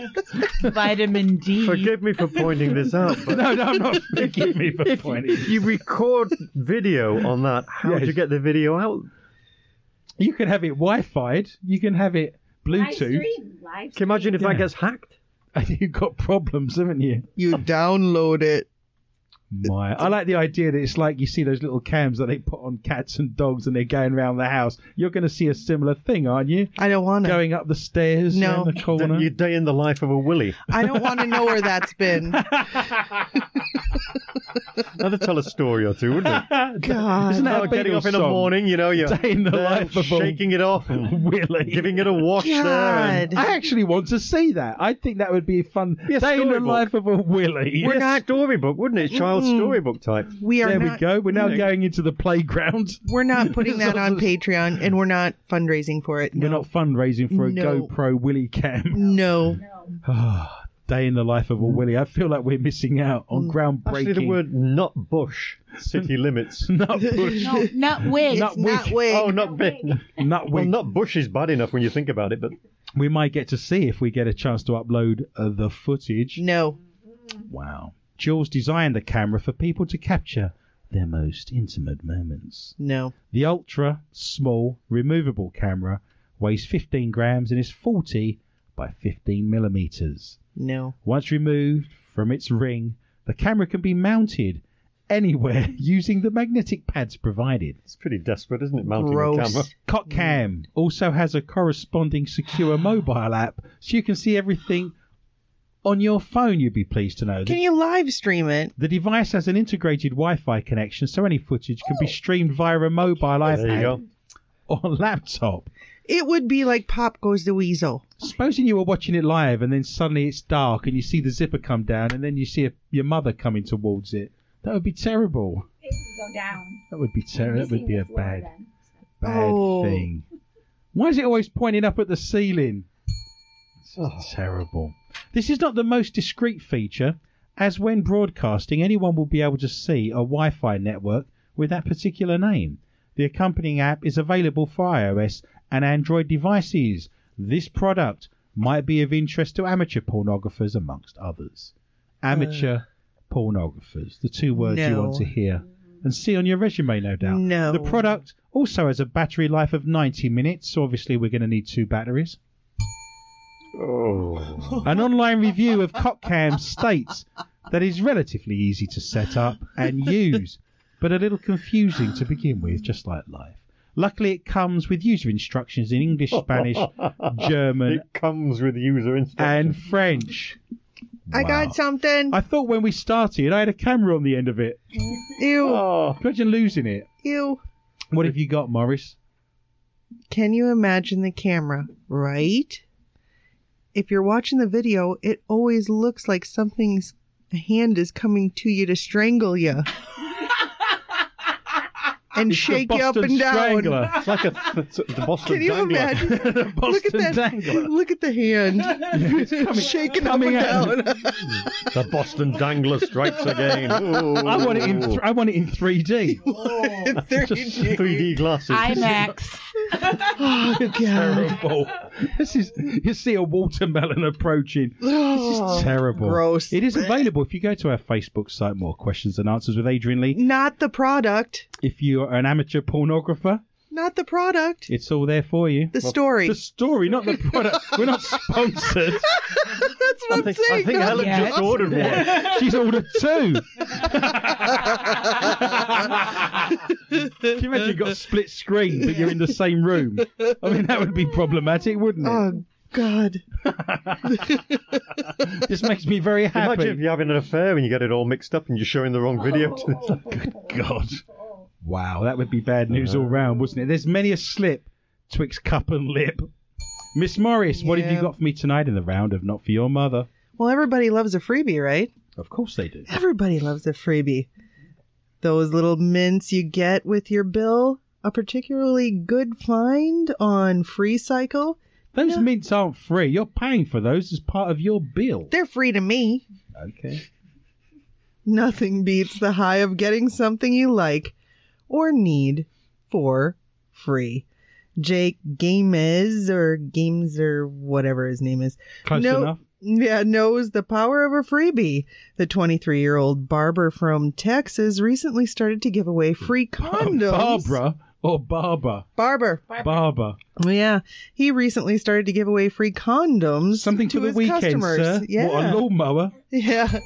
S6: Vitamin D.
S4: forgive me for pointing this out, but
S2: No, no, I'm not. Forgive me for pointing.
S4: you record video on that. How would
S2: Yes.
S4: you get the video out?
S2: You can have it Wi-Fi'd. You can have it
S8: Live
S2: Bluetooth.
S8: stream. Live
S4: Can you imagine if
S2: Yeah.
S4: that gets hacked?
S2: You've got problems, haven't you?
S3: you download it.
S2: My, I like the idea that it's like you see those little cams that they put on cats and dogs, and they're going around the house. You're going to see a similar thing, aren't you?
S3: I don't want to.
S2: Going up the stairs,
S3: No.
S2: around the corner.
S4: Then Your day in the life of a Willy.
S3: I don't want to know where that's been.
S4: That'd tell a story or two, wouldn't it?
S3: God.
S2: Isn't that
S4: Oh,
S2: a
S4: getting
S2: Beatles
S4: up in the
S2: song?
S4: morning, you know, you're
S2: Day in the
S4: there,
S2: life of a
S4: shaking it off, and
S2: Willy.
S4: giving it a wash there. and-
S3: God.
S2: I actually want to see that. I think that would be fun.
S4: Be a
S2: Day in the
S4: storybook.
S2: life of a Willy.
S4: We're not storybook, wouldn't it? Child storybook type.
S3: We are
S2: There
S3: not,
S2: we go. We're now going into the playground.
S3: We're not putting that on Patreon and we're not fundraising for it.
S2: We're
S3: No.
S2: not fundraising for a
S3: No.
S2: GoPro Willy cam.
S3: No.
S2: Ah, Day in the life of a Willy. I feel like we're missing out on groundbreaking.
S4: Actually, Mm. the word nut bush, city limits.
S2: nut bush.
S6: No, not wig.
S2: Not
S3: Not
S2: wig.
S3: wig.
S4: Oh, not big.
S2: Nut
S4: Well,
S2: wig.
S4: nut bush is bad enough when you think about it, but
S2: We might get to see if we get a chance to upload uh, the footage.
S3: No.
S2: Wow. Jules designed the camera for people to capture their most intimate moments.
S3: No.
S2: The ultra small removable camera weighs 15 grams and is 40 by 15 millimeters.
S3: No.
S2: Once removed from its ring, the camera can be mounted anywhere using the magnetic pads provided.
S4: it's pretty desperate, isn't it? Mounting a
S3: Gross.
S4: camera.
S2: Cockcam also has a corresponding secure mobile app so you can see everything on your phone, you'd be pleased to know.
S3: Can
S2: The,
S3: you live stream it?
S2: the device has an integrated Wi Fi connection, so any footage can be streamed via a mobile
S4: There you
S2: iPad
S4: go.
S2: or laptop.
S3: It would be like Pop Goes the Weasel.
S2: Supposing you were watching it live and then suddenly it's dark and you see the zipper come down and then you see a, your mother coming towards it. That would be terrible.
S8: It would go down.
S2: That would be terrible. That would be
S8: Missing
S2: a
S8: the floor
S2: bad,
S8: then.
S2: bad
S3: Oh.
S2: thing. Why is it always pointing up at the ceiling? It's
S3: Oh.
S2: terrible. This is not the most discreet feature, as when broadcasting, anyone will be able to see a Wi Fi network with that particular name. The accompanying app is available for iOS and Android devices. This product might be of interest to amateur pornographers, amongst others. Amateur pornographers, the two words you want
S3: No.
S2: to hear and see on your resume, no doubt.
S3: No.
S2: The product also has a battery life of 90 minutes, so obviously we're going to need two batteries.
S4: Oh.
S2: An online review of Cockcam states that is relatively easy to set up and use, but a little confusing to begin with, just like life. Luckily, it comes with user instructions in English, Spanish, German,
S4: It comes with user
S2: and
S4: instructions.
S2: French.
S3: I
S2: Wow.
S3: got something.
S2: I thought when we started, I had a camera on the end of it.
S3: Ew.
S4: Oh,
S2: Imagine losing it.
S3: Ew.
S2: What have you got, Morris?
S3: Can you imagine the camera, right? If you're watching the video, it always looks like something's a hand is coming to you to strangle you. and
S2: It's the
S3: shake you up
S2: Boston
S3: and down.
S2: Strangler. It's like a it's the Boston
S3: Can you
S2: Dangler.
S3: imagine?
S2: the Boston
S3: Look at that!
S2: Dangler.
S3: Look at the hand shaking up
S2: coming
S3: and
S2: out.
S3: down.
S4: The Boston Dangler strikes again.
S2: I want it in. Th- I want it in 3D.
S3: There you
S4: Just
S3: go.
S4: 3D glasses.
S6: IMAX.
S3: Oh, God.
S2: terrible. This is you see a watermelon approaching.
S3: Oh,
S2: terrible.
S3: Gross.
S2: It is available if you go to our Facebook site, More Questions and Answers with Adrian Lee.
S3: Not the product.
S2: If you're an amateur pornographer,
S3: Not the product.
S2: it's all there for you.
S3: The story.
S2: The story, not the product. We're not sponsored.
S3: That's
S4: I
S3: what I'm
S4: think,
S3: saying.
S4: I think
S3: not
S4: Helen
S3: the
S4: just ordered one.
S2: She's ordered two. Can you imagine you got a split screen, but you're in the same room? I mean, that would be problematic, wouldn't it?
S3: Oh God!
S2: this makes me very happy.
S4: Imagine if you're having an affair and you get it all mixed up and you're showing the wrong video. To
S2: God. Uh-huh. Wow, that would be bad news all round, wouldn't it? There's many a slip twixt cup and lip. Miss Morris, what have
S3: Yeah.
S2: you got for me tonight in the round of Not For Your Mother?
S3: Well, everybody loves a freebie, right?
S2: Of course they do.
S3: Everybody loves a freebie. Those little mints you get with your bill. A particularly good find on Free Cycle.
S2: Those mints aren't free. You're paying for those as part of your bill.
S3: They're free to me.
S2: Okay.
S3: Nothing beats the high of getting something you like or need for free. Jake Games or Games or whatever his name is
S2: Close
S3: No.
S2: enough.
S3: yeah, knows the power of a freebie. The 23 year old barber from Texas recently started to give away free condoms.
S2: Barbara or Barber?
S3: Barber.
S2: Barber.
S3: Yeah. He recently started to give away free condoms.
S2: Something to,
S3: to
S2: the
S3: his
S2: weekend,
S3: customers.
S2: sir.
S3: Yeah.
S2: What, a lawnmower?
S3: Yeah.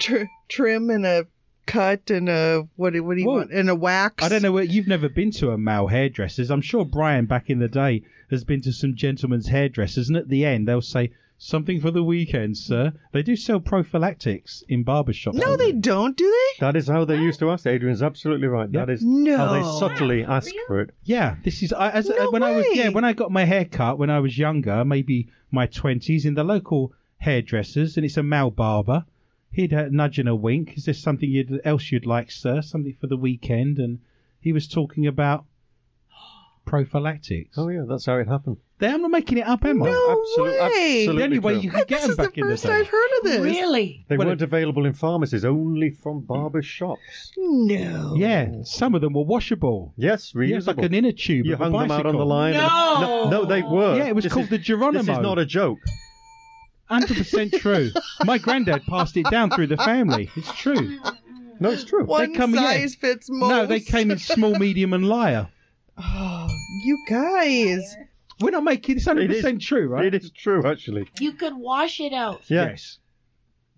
S3: Tr- trim and a cut and a, what, do- what do you
S2: Whoa.
S3: want? And a wax.
S2: I don't know. what- You've never been to a male hairdresser's. I'm sure Brian back in the day has been to some gentlemen's hairdressers, and at the end they'll say something for the weekend, sir. They do sell prophylactics in barbershops.
S3: No, they don't, do they?
S4: that is how they used to ask. Adrian's absolutely right. That is
S3: No.
S4: how they subtly ask for it.
S2: Yeah, this is I, as
S3: No
S2: when I was yeah
S3: way.
S2: when I got my hair cut when I was younger, maybe my twenties, in the local hairdressers, and it's a male barber. He'd uh, nudge and a wink. Is there something you'd, else you'd like, sir? Something for the weekend? And he was talking about prophylactics.
S4: Oh yeah, that's how it happened.
S2: They- I'm not making it up, am I?
S3: No
S4: Absolute-
S3: way.
S4: absolutely
S2: The only way
S4: true.
S2: you could get
S3: This
S2: them
S3: is the
S2: back in the
S3: first
S2: day.
S3: I've heard of this.
S6: really?
S4: They
S2: Well,
S4: weren't available in pharmacies, only from barber shops.
S3: No.
S2: Yeah, some of them were washable.
S4: Yes, reusable.
S2: Yeah, it was like an inner tube.
S4: you
S2: of a
S4: hung them out on
S2: bicycle.
S4: the line. and-
S6: No!
S4: no, they were.
S2: Yeah, it was
S4: This
S2: called
S4: is-
S2: the Geronimo.
S4: This is not a joke.
S2: Hundred percent true. My granddad passed it down through the family. It's true.
S4: No, it's true.
S3: One
S2: come- yeah.
S3: size fits most.
S2: No, they came in small, medium, and liar.
S3: Oh, you guys.
S2: We're not making it's hundred percent true, right?
S4: It is true, actually.
S6: You could wash it out.
S4: Yeah.
S2: Yes.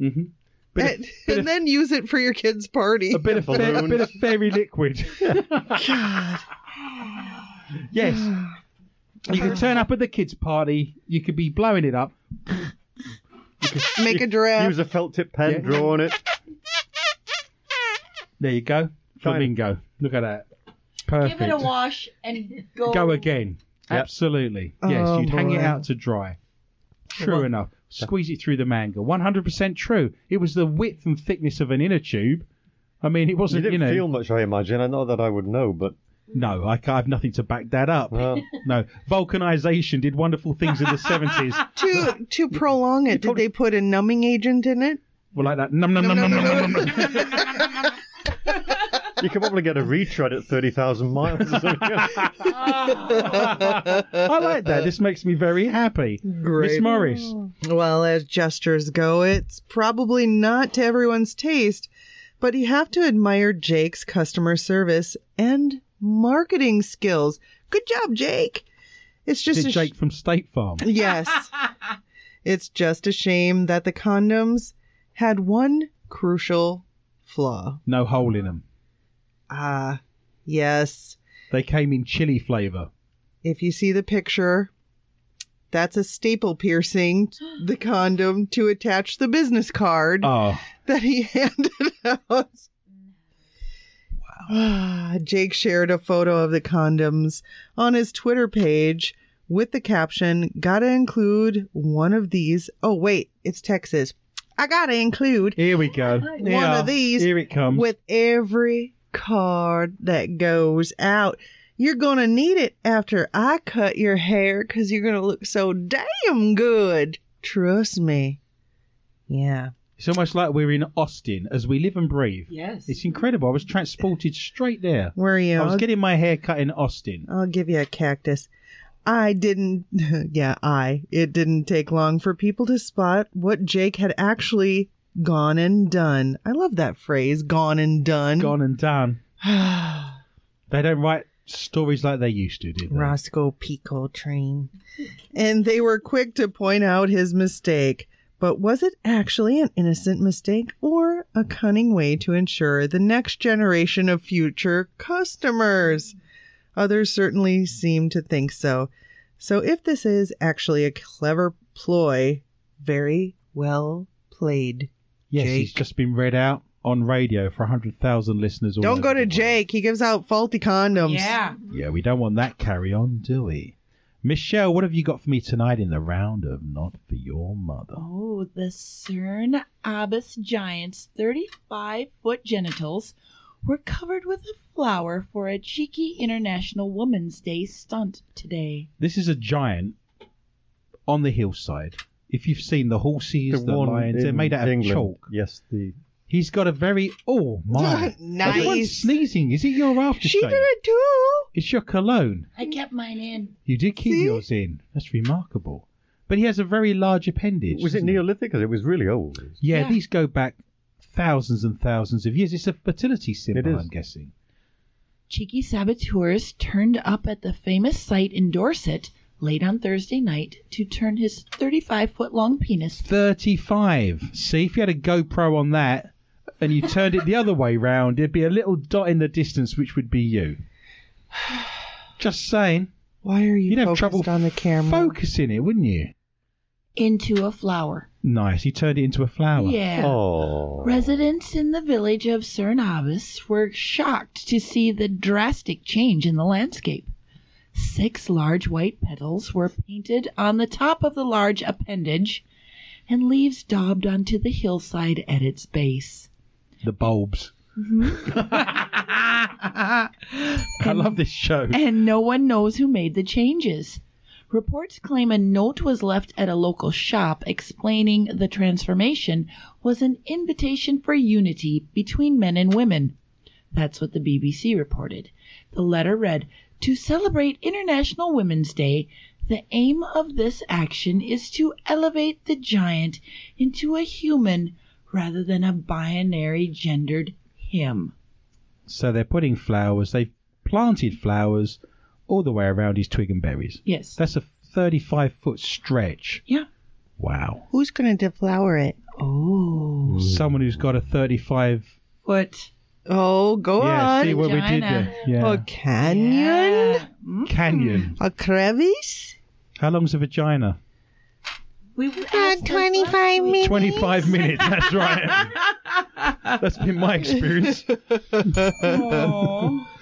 S2: Mm-hmm. Bit
S3: And,
S2: of, bit
S3: and
S2: of,
S3: then use it for your kids' party.
S2: a bit of fa- a
S4: balloon.
S2: bit of fairy liquid. yes. You could turn up at the kids' party. You could be blowing it up.
S3: Make a giraffe.
S4: Use a felt tip pen,
S2: Yeah.
S4: draw on it.
S2: There you go. Flamingo. Look at that. Perfect.
S6: Give it a wash and go.
S2: Go again.
S4: Yep.
S2: Absolutely. Yes,
S3: Oh,
S2: you'd hang it
S3: boy.
S2: out to dry. True enough. Squeeze it through the manga. 100% true. It was the width and thickness of an inner tube. I mean, it
S4: You
S2: wasn't, you,
S4: didn't
S2: know.
S4: feel much, I imagine. I know that I would know, but
S2: No, I, ca- I have nothing to back that up.
S4: well,
S2: No, vulcanization did wonderful things in the 70s.
S3: to to prolong it, did they put a numbing agent in it?
S2: Well, like that. Num, num, num, num, num, num, num.
S4: you could probably get a retread at thirty thousand miles. Or something.
S2: I like that. This makes me very happy. Miss
S3: Great.
S2: Morris.
S3: Well, as gestures go, it's probably not to everyone's taste, but you have to admire Jake's customer service and marketing skills. Good job, Jake. It's just
S2: Is
S3: a
S2: it
S3: sh-
S2: Jake from State Farm?
S3: Yes. it's just a shame that the condoms had one crucial flaw.
S2: No hole in them.
S3: Ah, yes.
S2: They came in chili flavour.
S3: If you see the picture, that's a staple piercing, the condom to attach the business card
S2: Oh,
S3: that he handed out. Wow. Jake shared a photo of the condoms on his Twitter page with the caption, Gotta include one of these. Oh, wait, it's Texas. I gotta include
S2: here we go.
S3: one of these
S2: Here it comes.
S3: with every card that goes out. You're going to need it after I cut your hair because you're going to look so damn good. Trust me. Yeah.
S2: It's almost like we're in Austin as we live and breathe.
S6: Yes.
S2: It's incredible. I was transported straight there.
S3: Where are you?
S2: I was getting my hair cut in Austin.
S3: I'll give you a cactus. I didn't, yeah, I. It didn't take long for people to spot what Jake had actually gone and done. I love that phrase, gone and done.
S2: Gone and done. They don't write stories like they used to, do they?
S3: Roscoe Pico train. And they were quick to point out his mistake. But was it actually an innocent mistake or a cunning way to ensure the next generation of future customers? Others certainly seem to think so. So if this is actually a clever ploy, very well played.
S2: Yes, he's just been read out on radio for 100,000 listeners. all
S3: Don't
S2: over
S3: go
S2: the
S3: to
S2: world.
S3: Jake. He gives out faulty condoms.
S6: Yeah.
S2: Yeah, we don't want that carry on, do we? Michelle, what have you got for me tonight in the round of Not for Your Mother?
S6: Oh, the CERN Abbas Giant's 35 foot genitals were covered with a flower for a cheeky International Women's Day stunt today.
S2: This is a giant on the hillside. If you've seen the horses, the,
S4: one
S2: lions, they're
S4: in
S2: made out of
S4: England.
S2: chalk.
S4: Yes, the
S2: He's got a very oh my. Everyone's
S3: nice.
S2: sneezing. Is it your aftershave?
S3: She did it too.
S2: It's your cologne.
S6: I kept mine in.
S2: You did keep
S3: See?
S2: yours in. That's remarkable. But he has a very large appendage.
S4: was it
S2: doesn't he?
S4: Neolithic? 'Cause it was really old.
S2: Yeah,
S6: Yeah.
S2: these go back thousands and thousands of years. It's a fertility symbol,
S4: is.
S2: I'm guessing.
S6: Cheeky saboteurs turned up at the famous site in Dorset late on Thursday night to turn his 35 foot long penis.
S2: 35. See, if you had a GoPro on that and you turned it the other way round, there'd be a little dot in the distance, which would be you. Just saying.
S3: Why are you
S2: You'd have
S3: focused
S2: trouble
S3: on the camera?
S2: focusing it, wouldn't you?
S6: Into a flower.
S2: Nice. He turned it into a flower.
S6: Yeah.
S4: Oh.
S6: Residents in the village of Cernavis were shocked to see the drastic change in the landscape. Six large white petals were painted on the top of the large appendage, and leaves daubed onto the hillside at its base.
S2: The bulbs.
S3: Mm-hmm.
S2: I love this show.
S6: And no one knows who made the changes. Reports claim a note was left at a local shop explaining the transformation was an invitation for unity between men and women. That's what the BBC reported. The letter read To celebrate International Women's Day, the aim of this action is to elevate the giant into a human rather than a binary gendered him.
S2: So they're putting flowers. They've planted flowers all the way around his twig and berries.
S6: Yes.
S2: That's a 35 foot stretch.
S6: Yeah.
S2: Wow.
S3: Who's going to deflower it?
S6: oh.
S2: Someone who's got a 35.
S6: What?
S3: Oh, go
S2: yeah,
S3: on.
S2: see what we did
S6: Vagina. Oh,
S2: there. Yeah.
S3: A canyon?
S6: Yeah. Mm.
S2: Canyon.
S3: A crevice?
S2: How long's a vagina?
S6: We were asked this last week.
S2: 25 minutes. That's right. That's been my experience.
S6: Aw.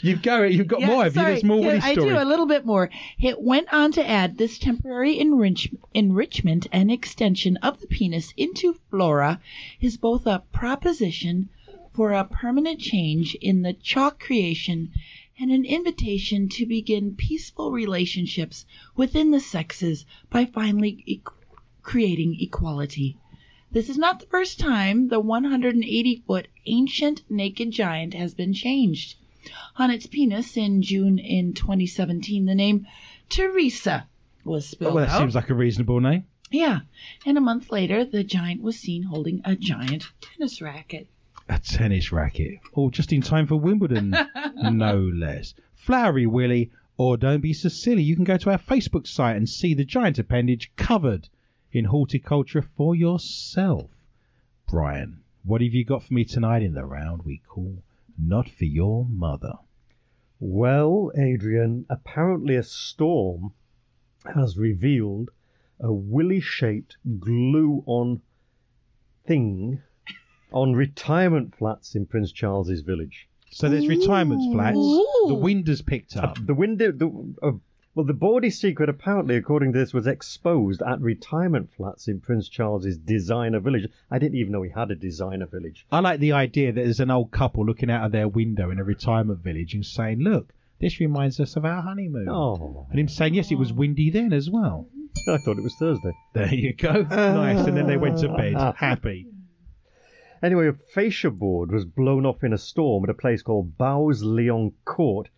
S2: You've got it. You've got
S6: Yeah,
S2: more. Have you?
S6: sorry.
S2: There's more
S6: Yeah,
S2: with his story.
S6: I do a little bit more. It went on to add this temporary enrich- enrichment and extension of the penis into flora is both a proposition for a permanent change in the chalk creation and an invitation to begin peaceful relationships within the sexes by finally e- creating equality. This is not the first time the 180 foot ancient naked giant has been changed on its penis in June in 2017. The name Teresa was
S2: Oh,
S6: spelled
S2: well, that
S6: out.
S2: seems like a reasonable name.
S6: yeah, and a month later, the giant was seen holding a giant tennis racket.
S2: A tennis racket. Oh, just in time for Wimbledon, no less. Flowery Willie, or don't be so silly. You can go to our Facebook site and see the giant appendage covered in horticulture for yourself. Brian, what have you got for me tonight in the round we call Not for Your Mother?
S4: Well, Adrian, apparently a storm has revealed a willy shaped glue on thing on retirement flats in Prince Charles's village.
S2: So there's retirement flats.
S6: Ooh.
S2: The wind has picked up.
S4: The window, the, uh, Well, the bawdy secret apparently, according to this, was exposed at retirement flats in Prince Charles's designer village. I didn't even know he had a designer village.
S2: I like the idea that there's an old couple looking out of their window in a retirement village and saying, "Look, this reminds us of our honeymoon."
S4: Oh,
S2: And him saying, "Yes, it was windy then as well."
S4: I thought it was Thursday.
S2: There you go. nice. And then they went to
S4: Ah.
S2: bed happy.
S4: Anyway, a fascia board was blown off in a storm at a place called Bowes Leon Court,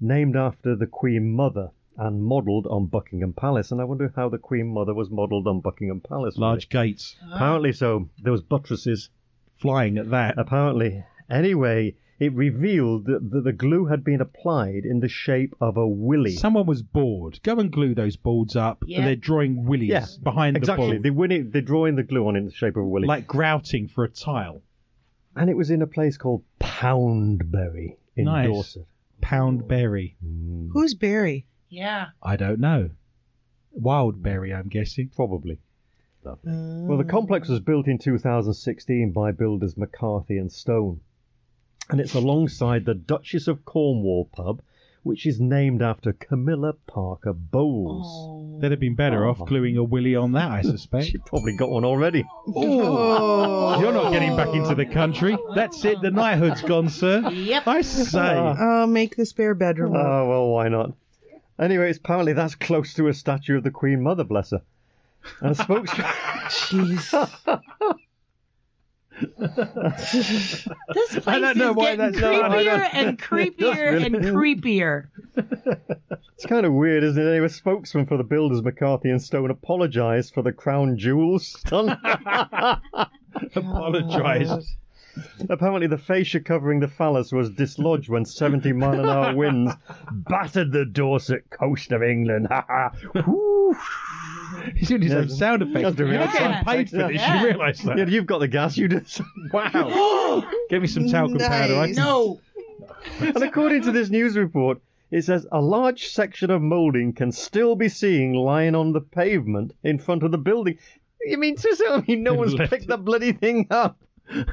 S4: named after the Queen Mother and modelled on Buckingham Palace. And I wonder how the Queen Mother was modelled on Buckingham Palace. really.
S2: Large gates
S4: Apparently so. There was buttresses.
S2: flying at that.
S4: Apparently. Anyway, it revealed that, that the glue had been applied in the shape of a willy.
S2: Someone was bored. Go and glue those boards up.
S6: Yeah.
S2: They're drawing willies
S4: Yeah,
S2: behind
S4: exactly.
S2: the
S4: They
S2: board,
S4: winnie- they're drawing the glue on in the shape of a willy.
S2: like grouting for a tile.
S4: and it was in a place called Poundbury in
S2: Nice.
S4: Dorset.
S2: Pound berry.
S3: Who's Barry?
S6: Yeah.
S2: I don't know. Wild berry, I'm guessing.
S4: Probably.
S2: Oh.
S4: Well, the complex was built in 2016 by builders McCarthy and Stone, and it's alongside the Duchess of Cornwall pub, which is named after Camilla Parker Bowles.
S2: They'd have been better
S4: Oh.
S2: off gluing a willy on that, I suspect.
S4: She probably got one already.
S2: Oh, you're not getting back into the country. That's it. The knighthood's gone, sir. Yep. I say.
S3: Uh, make the spare
S4: Oh,
S3: bedroom. work.
S2: Uh,
S4: well, why not? Anyway, it's apparently that's close to a statue of the Queen Mother, bless her. And a spokesman.
S6: This place
S2: don't know
S6: is
S2: why
S6: getting
S2: that's- no, I
S6: creepier
S2: don't-
S6: and creepier and creepier.
S4: It's kind of weird, isn't it? Anyway, a spokesman for the builders, McCarthy and Stone, apologised for the crown jewels stunt.
S2: Apologise.
S4: Apparently, the fascia covering the phallus was dislodged when 70 mile an hour winds battered the Dorset coast of England. Ha ha!
S2: He's doing his own sound effects.
S4: That's a real
S2: You're getting
S6: sound
S2: paid
S4: effect,
S2: for this.
S6: yeah.
S2: You realise
S4: Yeah,
S2: that?
S4: you've got the gas, you just. Wow!
S2: Give me some talcum powder. I
S3: Nice.
S2: can-
S6: No.
S4: And according to this news report, it says a large section of moulding can still be seen lying on the pavement in front of the building. You mean to tell me no
S2: They've
S4: one's
S2: left
S4: picked
S2: it.
S4: the bloody thing up?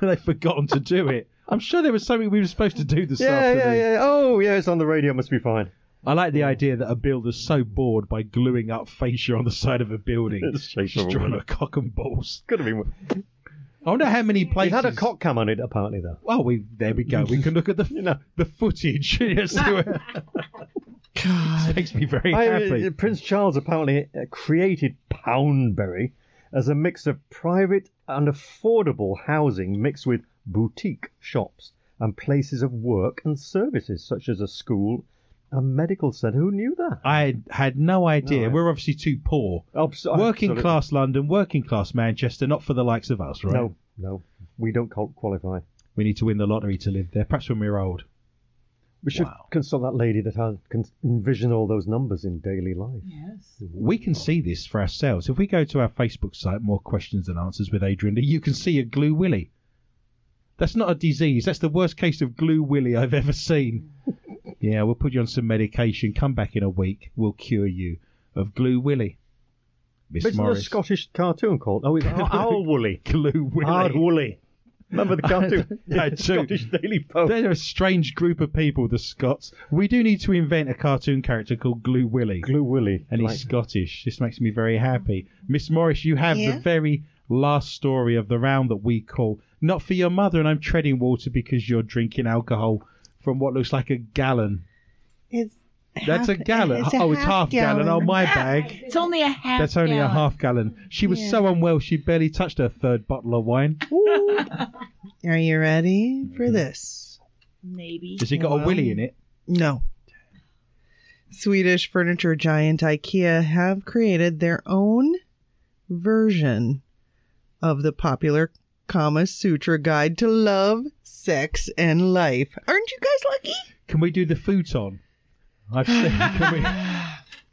S2: They've forgotten to do it. I'm sure there was something we were supposed to do this
S4: Yeah,
S2: afternoon.
S4: yeah, yeah. Oh, yeah, it's on the radio. Must be fine.
S2: I like the idea that a builder's so bored by gluing up fascia on the side of a building.
S4: It's shape
S2: She's
S4: of a
S2: drawn
S4: woman.
S2: a cock and balls.
S4: Could have been.
S2: I wonder how many
S4: He
S2: places.
S4: had a cock cam on it, apparently, though.
S2: Oh, we there we go. We can look at the
S4: know.
S2: the footage. Yes, do it. God, makes me very
S4: I-
S2: happy.
S4: uh, Prince Charles apparently uh, created Poundbury as a mix of private and affordable housing mixed with boutique shops and places of work and services such as a school and medical centre. Who knew that?
S2: I had no idea.
S4: No, I-
S2: We're obviously too poor.
S4: Abs-
S2: Working
S4: absolutely.
S2: class London, working class Manchester, not for the likes of us, right?
S4: No, no, we don't qual- qualify.
S2: We need to win the lottery to live there. Perhaps when we're old.
S4: We should
S2: Wow.
S4: consult that lady that has, can envision all those numbers in daily life.
S2: We can see this for ourselves. If we go to our Facebook site, More Questions Than Answers with Adrian Lee, you can see a glue willy. That's not a disease. That's the worst case of glue willy I've ever seen. yeah, we'll put you on some medication. Come back in a week. We'll cure you of glue willy. Miss
S4: Isn't there a
S2: Morris.
S4: Scottish cartoon called? Oh, it's Owl Woolly.
S2: glue
S4: Hard
S2: willy.
S4: Woolly. Remember the cartoon?
S2: I do.
S4: Scottish Daily Post.
S2: They're a strange group of people, the Scots. We do need to invent a cartoon character called Glue Willy.
S4: Glue Willy.
S2: and he's Scottish. This makes me very happy. Miss Morris, you have
S3: Yeah?
S2: the very last story of the round that we call Not for Your Mother, and I'm treading water because you're drinking alcohol from what looks like a gallon.
S3: It's
S2: That's a
S3: half-
S2: gallon. oh, it's half gallon. Oh, my bag.
S6: It's only a half.
S2: That's only a
S6: gallon.
S2: half gallon. She was
S3: Yeah.
S2: so unwell, she barely touched her third bottle of wine.
S3: Are you ready for this?
S6: Maybe.
S2: Has it got a
S3: Wow.
S2: willy in it?
S3: No. Swedish furniture giant IKEA have created their own version of the popular Kama Sutra Guide to Love, Sex, and Life. Aren't you guys lucky?
S2: Can we do the futon? I've seen.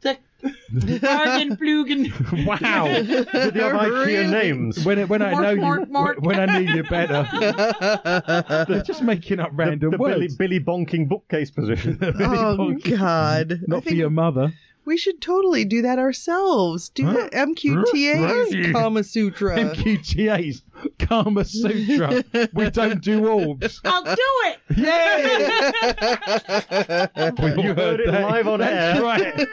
S2: Can
S6: Bargenplugen.
S2: we? Wow.
S4: Do they have IKEA names?
S2: When, when I know
S6: Mork,
S2: you,
S6: mork, mork.
S2: when I knew you better,
S3: Oh,
S2: they're just making up
S4: the
S2: random
S4: Billy,
S2: words.
S4: Billy Bonking bookcase position.
S3: oh, God. I
S2: Not for
S3: think
S2: your mother.
S3: we should totally do that ourselves. Do
S2: Huh?
S4: Uh.
S3: the MQTA's Kama Sutra.
S2: MQTA's. Karma Sutra. we don't do orbs.
S6: I'll do it.
S2: Yay! well, you
S4: heard it
S2: that.
S4: live on
S2: That's
S4: air.
S2: right.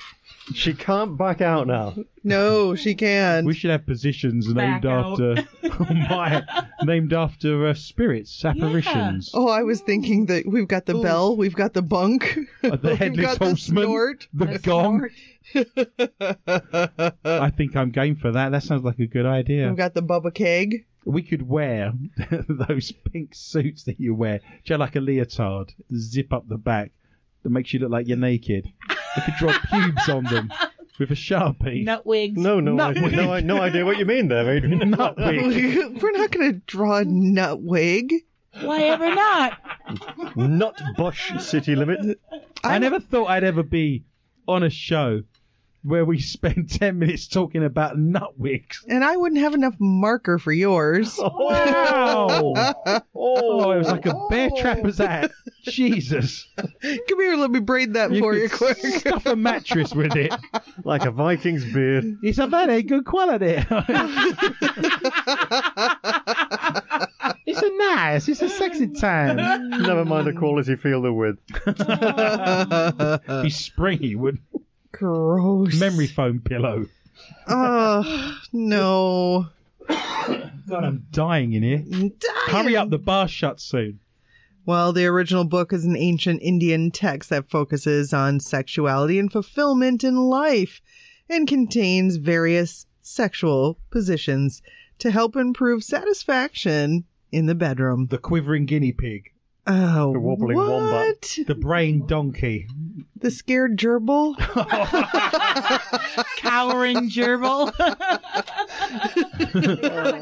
S4: She can't back out now.
S3: No, she can.
S2: We should have positions named
S9: Back out.
S2: after oh my, named after uh, spirits, apparitions.
S3: Oh, I was thinking that we've got the bell, we've got the bunk,
S2: Uh, the
S3: we've
S2: headless
S3: got the
S2: horseman,
S3: snort.
S2: the gong. I think I'm game for that. That sounds like a good idea.
S3: We've got the Bubba Keg.
S2: we could wear those pink suits that you wear, just like a leotard, zip up the back that makes you look like you're naked. We could draw pubes on them with a sharpie.
S6: Nut wigs.
S4: No, no,
S2: Not
S4: I,
S2: with-
S4: no, I- no idea what you mean there, Adrian.
S2: Not wig.
S3: We're not going to draw a Nutwig.
S6: Why ever not?
S4: Not Bush City Limit.
S2: I never thought I'd ever be on a show where we spend 10 minutes talking about nut wigs.
S3: And I wouldn't have enough marker for yours.
S2: Oh. Wow!
S4: Oh,
S2: Oh, it was like a bear trapper's hat. Jesus.
S3: Come here, let me braid that for
S2: could
S3: you quick.
S2: Stuff a mattress with it.
S4: like a Viking's beard.
S2: It's a very good quality. it's a nice, it's a sexy time.
S4: Never mind the quality field they're with.
S2: He's springy with
S3: Gross.
S2: memory foam pillow.
S3: Oh, no.
S2: God, I'm dying in here. Hurry up, the bar shuts soon.
S3: Well, the original book is an ancient Indian text that focuses on sexuality and fulfillment in life and contains various sexual positions to help improve satisfaction in the bedroom.
S2: The quivering guinea pig,
S3: Oh,
S4: The wobbling
S3: what?
S4: wombat.
S2: the brain donkey.
S3: The scared gerbil?
S6: Cowering gerbil.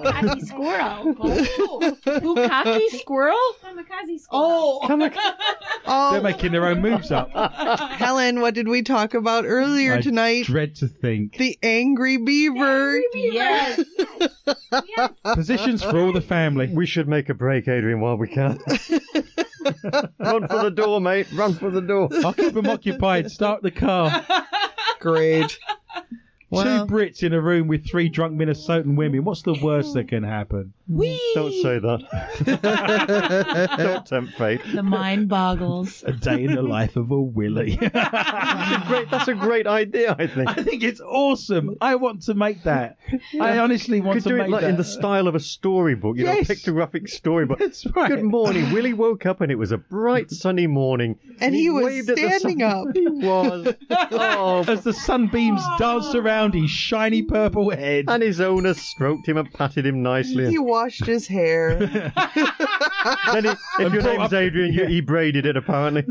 S8: Kamikaze squirrel.
S6: Oh, Bukaki squirrel?
S8: Kamikaze squirrel.
S6: Oh.
S3: Oh,
S2: They're making their own moves up.
S3: Helen, what did we talk about earlier
S2: I
S3: tonight?
S2: dread to think.
S3: the angry beaver.
S6: yes.
S2: Positions for all the family.
S4: We should make a break, Adrian, while we can. Run for the door, mate. Run for the door.
S2: I'll keep them occupied. Start the car.
S3: Great. Well,
S2: Two Brits in a room with three drunk Minnesotan women. What's the worst that can happen?
S4: Don't say that. Don't tempt fate.
S6: The mind boggles.
S2: A day in the life of a Willie.
S4: Great, that's a great idea, I think.
S2: I think it's awesome. I want to make that. I honestly
S4: You
S2: want
S4: could
S2: to
S4: do
S2: make
S4: it like
S2: that.
S4: in the style of a storybook, you know, a
S2: Yes.
S4: pictographic storybook.
S2: That's right.
S4: Good morning. Willie woke up and it was a bright sunny morning.
S3: and he was
S4: waved at the
S3: standing
S4: sun.
S3: up.
S4: He was. Oh,
S2: As the sunbeams danced around his shiny purple head.
S4: and his owner stroked him and patted him nicely.
S3: He washed his hair.
S4: then he, if your
S2: brought
S4: name's
S2: up-
S4: Adrian, you,
S2: yeah.
S4: he braided it apparently.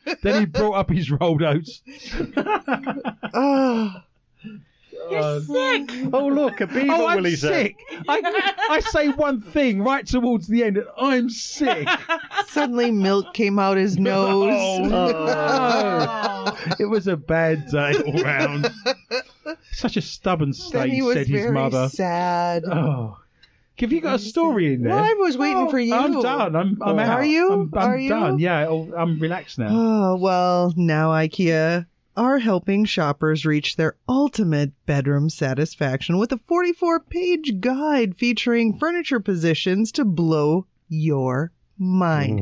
S2: then he brought up his rolled oats.
S3: oh,
S6: You're sick.
S4: oh look, a beaver.
S2: Oh, I'm
S4: Willie said.
S2: sick. I, I say one thing right towards the end, and I'm sick.
S3: suddenly milk came out his
S2: Oh,
S3: nose.
S4: Ah.
S2: no. It was a bad day all round. Such a stubborn
S3: Then
S2: state,
S3: he was
S2: said his
S3: very
S2: mother.
S3: sad.
S2: Oh. Have you got a story in there? Oh,
S3: Well, I was waiting for you.
S2: I'm done. I'm, I'm
S4: Oh.
S2: out.
S3: Are you?
S2: I'm, I'm
S3: Are you?
S2: done. Yeah, I'll- I'm relaxed now.
S3: Oh, well, now IKEA are helping shoppers reach their ultimate bedroom satisfaction with a 44 page guide featuring furniture positions to blow your
S2: Mm.
S3: mind.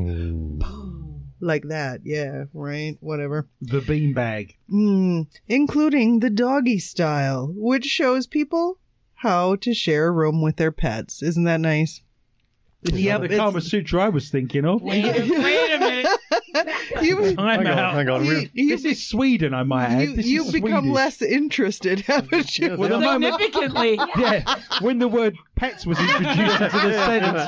S4: Hmm.
S3: Like that, yeah, right, whatever.
S2: The beanbag.
S3: Mm, including the doggy style, which shows people how to share a room with their pets. Isn't that nice?
S2: Yeah, the
S3: it's-
S2: Kama Sutra I was thinking of.
S6: Wait a minute.
S3: You,
S2: I'm
S4: Hang on,
S2: out.
S4: hang on.
S3: you,
S4: We're,
S3: you,
S2: This is Sweden, Oh, I might add.
S3: you-
S2: This
S3: you
S2: is
S3: become
S2: Swedish.
S3: less interested, haven't you?
S2: Well, the moment,
S6: Significantly.
S2: yeah, when the word pets was introduced into the sentence,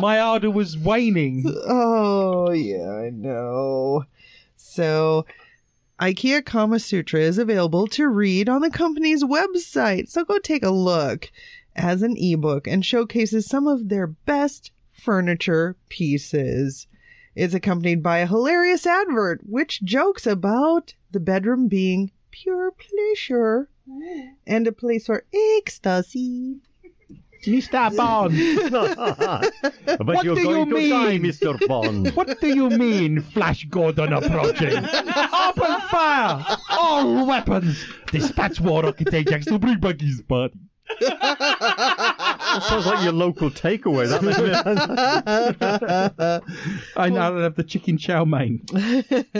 S2: my ardor was waning.
S3: Oh, yeah, I know. So, IKEA Kama Sutra is available to read on the company's website. So go take a look as an ebook and showcases some of their best furniture pieces. It's accompanied by a hilarious advert which jokes about the bedroom being pure pleasure and a place for ecstasy.
S2: Mr. Bond,
S4: but
S2: What
S4: you're
S2: do
S4: going
S2: you
S4: to die,
S2: mean?
S4: Mr. Bond.
S2: what do you mean, Flash Gordon approaching? Open fire! All weapons! Dispatch Warlock, it takes to bring back his body.
S4: That sounds like your local takeaway. That doesn't it?
S2: I now have the chicken chow mein.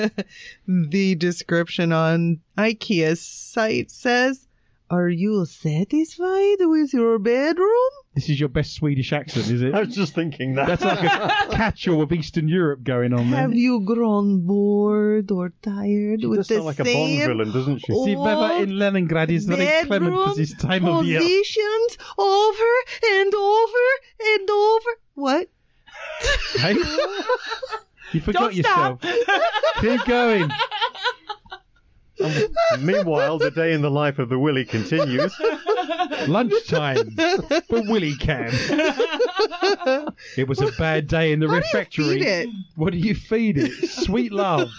S3: the description on IKEA's site says, Are you satisfied with your bedroom?
S2: This is your best Swedish accent, is it?
S4: I was just thinking that.
S2: That's like a catch-all of Eastern Europe going on there.
S3: Have you grown bored or tired
S4: she
S3: with
S4: does
S3: the
S4: sound like a Bond
S3: same
S4: villain, doesn't she?
S3: Oh,
S2: See, weather in Leningrad is very clement for
S3: bedroom
S2: this time of year.
S3: positions over and over and over? What?
S2: Hey? You forgot
S7: Don't
S2: yourself.
S7: stop.
S2: Keep going.
S4: Meanwhile, the day in the life of the Willy continues.
S2: Lunchtime. But Willie can. It was a bad day in the refectory.
S3: Feed it.
S2: What do you feed it? Sweet love.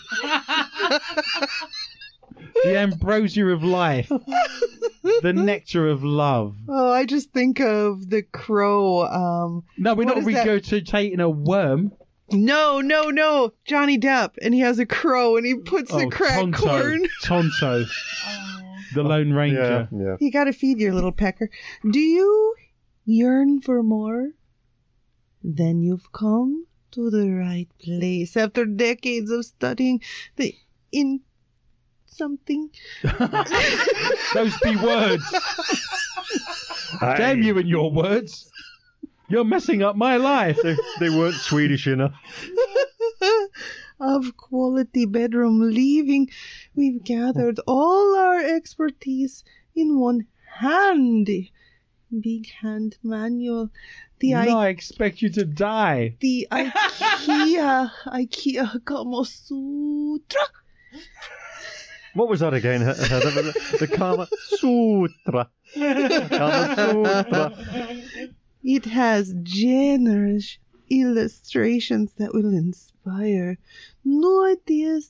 S2: the ambrosia of life. The nectar of love.
S3: Oh, I just think of the crow. Um,
S2: No, we're
S3: What
S2: not
S3: is that?
S2: regurgitating a worm.
S3: no, no, no, Johnny Depp, and he has a crow, and he puts the crack
S2: Oh, Tonto.
S3: corn.
S2: Tonto. The Lone
S4: yeah,
S2: Ranger.
S4: yeah.
S3: You gotta feed your little pecker. Do you yearn for more? Then you've come to the right place after decades of studying the in something.
S2: Those be words. Damn you and your words. You're messing up my life.
S4: They, they weren't Swedish enough.
S3: of quality bedroom living, we've gathered all our expertise in one handy big hand manual. The
S2: no, I expect you to die.
S3: the IKEA IKEA Kama Sutra.
S4: What was that again? Heather? the, Kama Sutra. Kama Sutra.
S3: It has generous illustrations that will inspire new ideas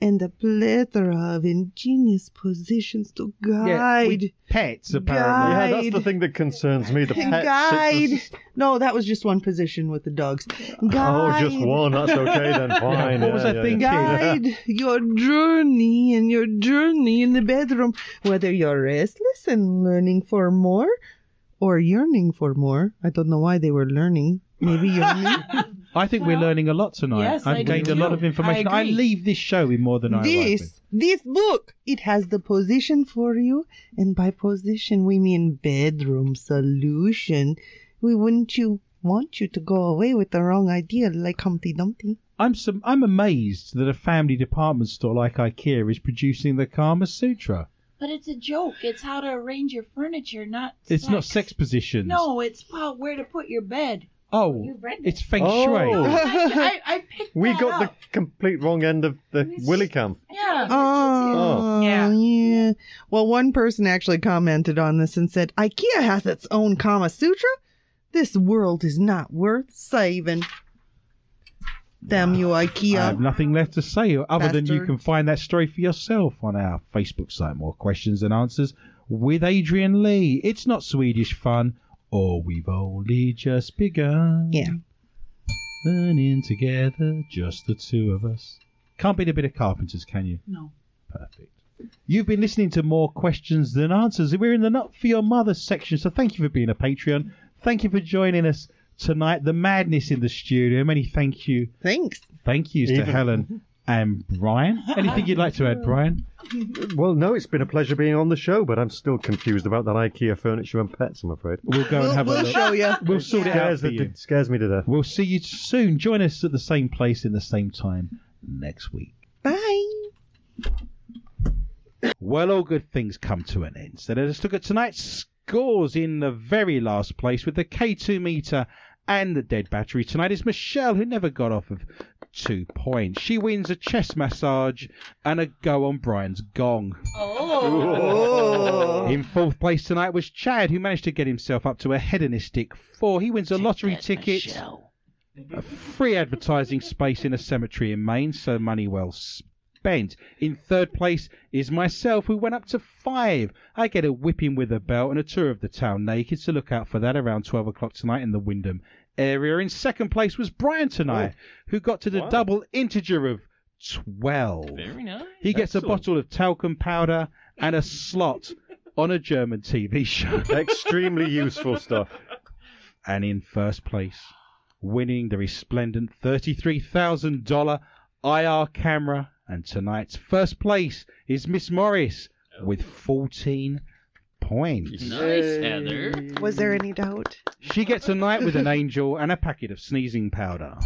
S3: and a plethora of ingenious positions to
S2: Yeah,
S3: guide.
S2: with pets
S3: Guy.
S2: apparently.
S4: Yeah, that's the thing that concerns me. The pet
S3: guide.
S4: sickness.
S3: No, that was just one position with the dogs.
S4: Oh,
S3: Guide.
S4: just one. That's okay then. Fine.
S2: What was
S4: yeah,
S2: I
S4: yeah,
S2: thinking?
S4: yeah.
S3: Guide your journey and your journey in the bedroom, whether you're restless and learning for more or yearning for more. I don't know why they were learning. Maybe yearning.
S2: I think we're learning a lot tonight.
S6: Yes,
S2: I've
S6: I do
S2: gained a lot
S6: too.
S2: of information.
S6: I
S2: I,
S6: agree.
S2: leave this show with more than I arrived
S3: this
S2: with.
S3: this book it has the position for you and by position we mean bedroom solution we wouldn't you want you to go away with the wrong idea like humpty dumpty
S2: I'm some, I'm amazed that a family department store like IKEA is producing the Kama Sutra.
S6: But it's a joke. It's how to arrange your furniture, not.
S2: It's not sex positions.
S6: No, it's well, where to put your bed.
S2: Oh,
S10: You've read
S2: it's feng shui.
S4: Oh.
S6: I, I picked
S4: We
S6: that
S4: got the
S6: up.
S4: complete wrong end of the Willy Camp.
S6: Yeah.
S3: Oh,
S6: Yeah.
S3: yeah. Well, one person actually commented on this and said, IKEA has its own Kama Sutra. This world is not worth saving. Damn you,
S2: I
S3: IKEA.
S2: have nothing left to say other than you
S3: Bastard.
S2: can find that story for yourself on our Facebook site, More Questions and Answers, with Adrian Lee. It's not Swedish fun, or we've only just begun.
S3: Yeah.
S2: Learning together, just the two of us. Can't beat a bit of carpenters, can you?
S6: No.
S2: Perfect. You've been listening to more questions than answers. We're in the Not for Your Mother section, so thank you for being a Patreon. Thank you for joining us tonight. The madness in the studio. Many thank you.
S3: Thanks.
S2: Thank yous to
S4: Even-
S2: Helen and Brian. Anything you'd like to add, Brian?
S4: Well, no, it's been a pleasure being on the show, but I'm still confused about that IKEA furniture and pets, I'm afraid.
S2: We'll go and
S3: We'll,
S2: have
S3: we'll
S2: a look.
S3: show you.
S2: We'll sort it out
S4: Scares,
S2: for
S4: the-
S2: you.
S4: scares me to death.
S2: We'll see you soon. Join us at the same place in the same time next week.
S3: Bye.
S2: Well, all good things come to an end. So let us look at tonight's scores in the very last place with the K2 meter and the dead battery. Tonight is Michelle, who never got off of two points. She wins a chest massage and a go on Brian's gong.
S3: Oh.
S2: In fourth place tonight was Chad, who managed to get himself up to a hedonistic four. He wins a lottery ticket, a free advertising space in a cemetery in Maine, so money well spent. In third place is myself, who went up to five. I get a whipping with a belt and a tour of the town naked, so look out for that around 12 o'clock tonight in the Wyndham area. In second place was Brian tonight, who got to the
S4: Wow.
S2: double integer of 12.
S7: Very nice.
S2: He gets a
S4: Excellent.
S2: bottle of talcum powder and a slot on a German TV show.
S4: Extremely useful stuff.
S2: and in first place, winning the resplendent $33,000 IR camera. And tonight's first place is Miss Morris with 14 points.
S7: Nice, Heather.
S3: Was there any doubt?
S2: She gets a night with an angel and a packet of sneezing powder.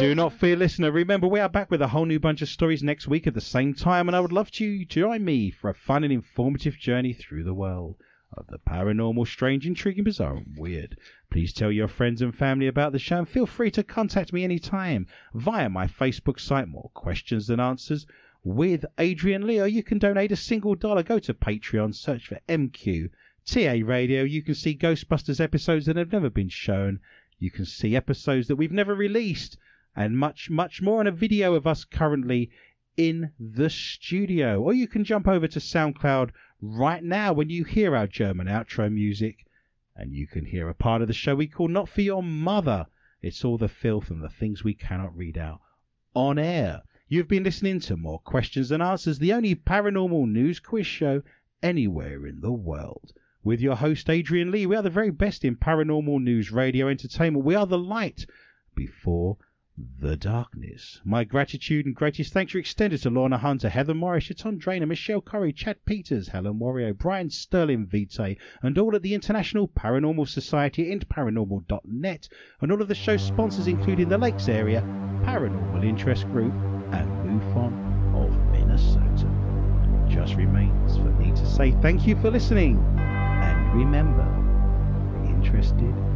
S2: Do not fear, listener. Remember, we are back with a whole new bunch of stories next week at the same time, and I would love to join me for a fun and informative journey through the world of the paranormal, strange, intriguing, bizarre, and weird. Please tell your friends and family about the show, and feel free to contact me anytime via my Facebook site, More Questions Than Answers. With Adrian Leo, you can donate a single dollar. Go to Patreon, search for MQ. TA Radio, you can see Ghostbusters episodes that have never been shown. You can see episodes that we've never released, and much, much more, and a video of us currently in the studio. Or you can jump over to SoundCloud right now when you hear our German outro music, and you can hear a part of the show we call Not For Your Mother. It's all the filth and the things we cannot read out on air. You've been listening to More Questions Than Answers, the only paranormal news quiz show anywhere in the world with your host Adrian Lee. We are the very best in paranormal news, radio, entertainment. We are the light before the darkness. My gratitude and greatest thanks are extended to Lorna Hunter, Heather Morris, Chaton Drainer, Michelle Corrie, Chad Peters, Helen Wario, Brian Sterling Vitae, and all at the International Paranormal Society and Paranormal.net, and all of the show's sponsors, including the Lakes Area Paranormal Interest Group and MUFON of Minnesota. Just remains for me to say thank you for listening. And remember, interested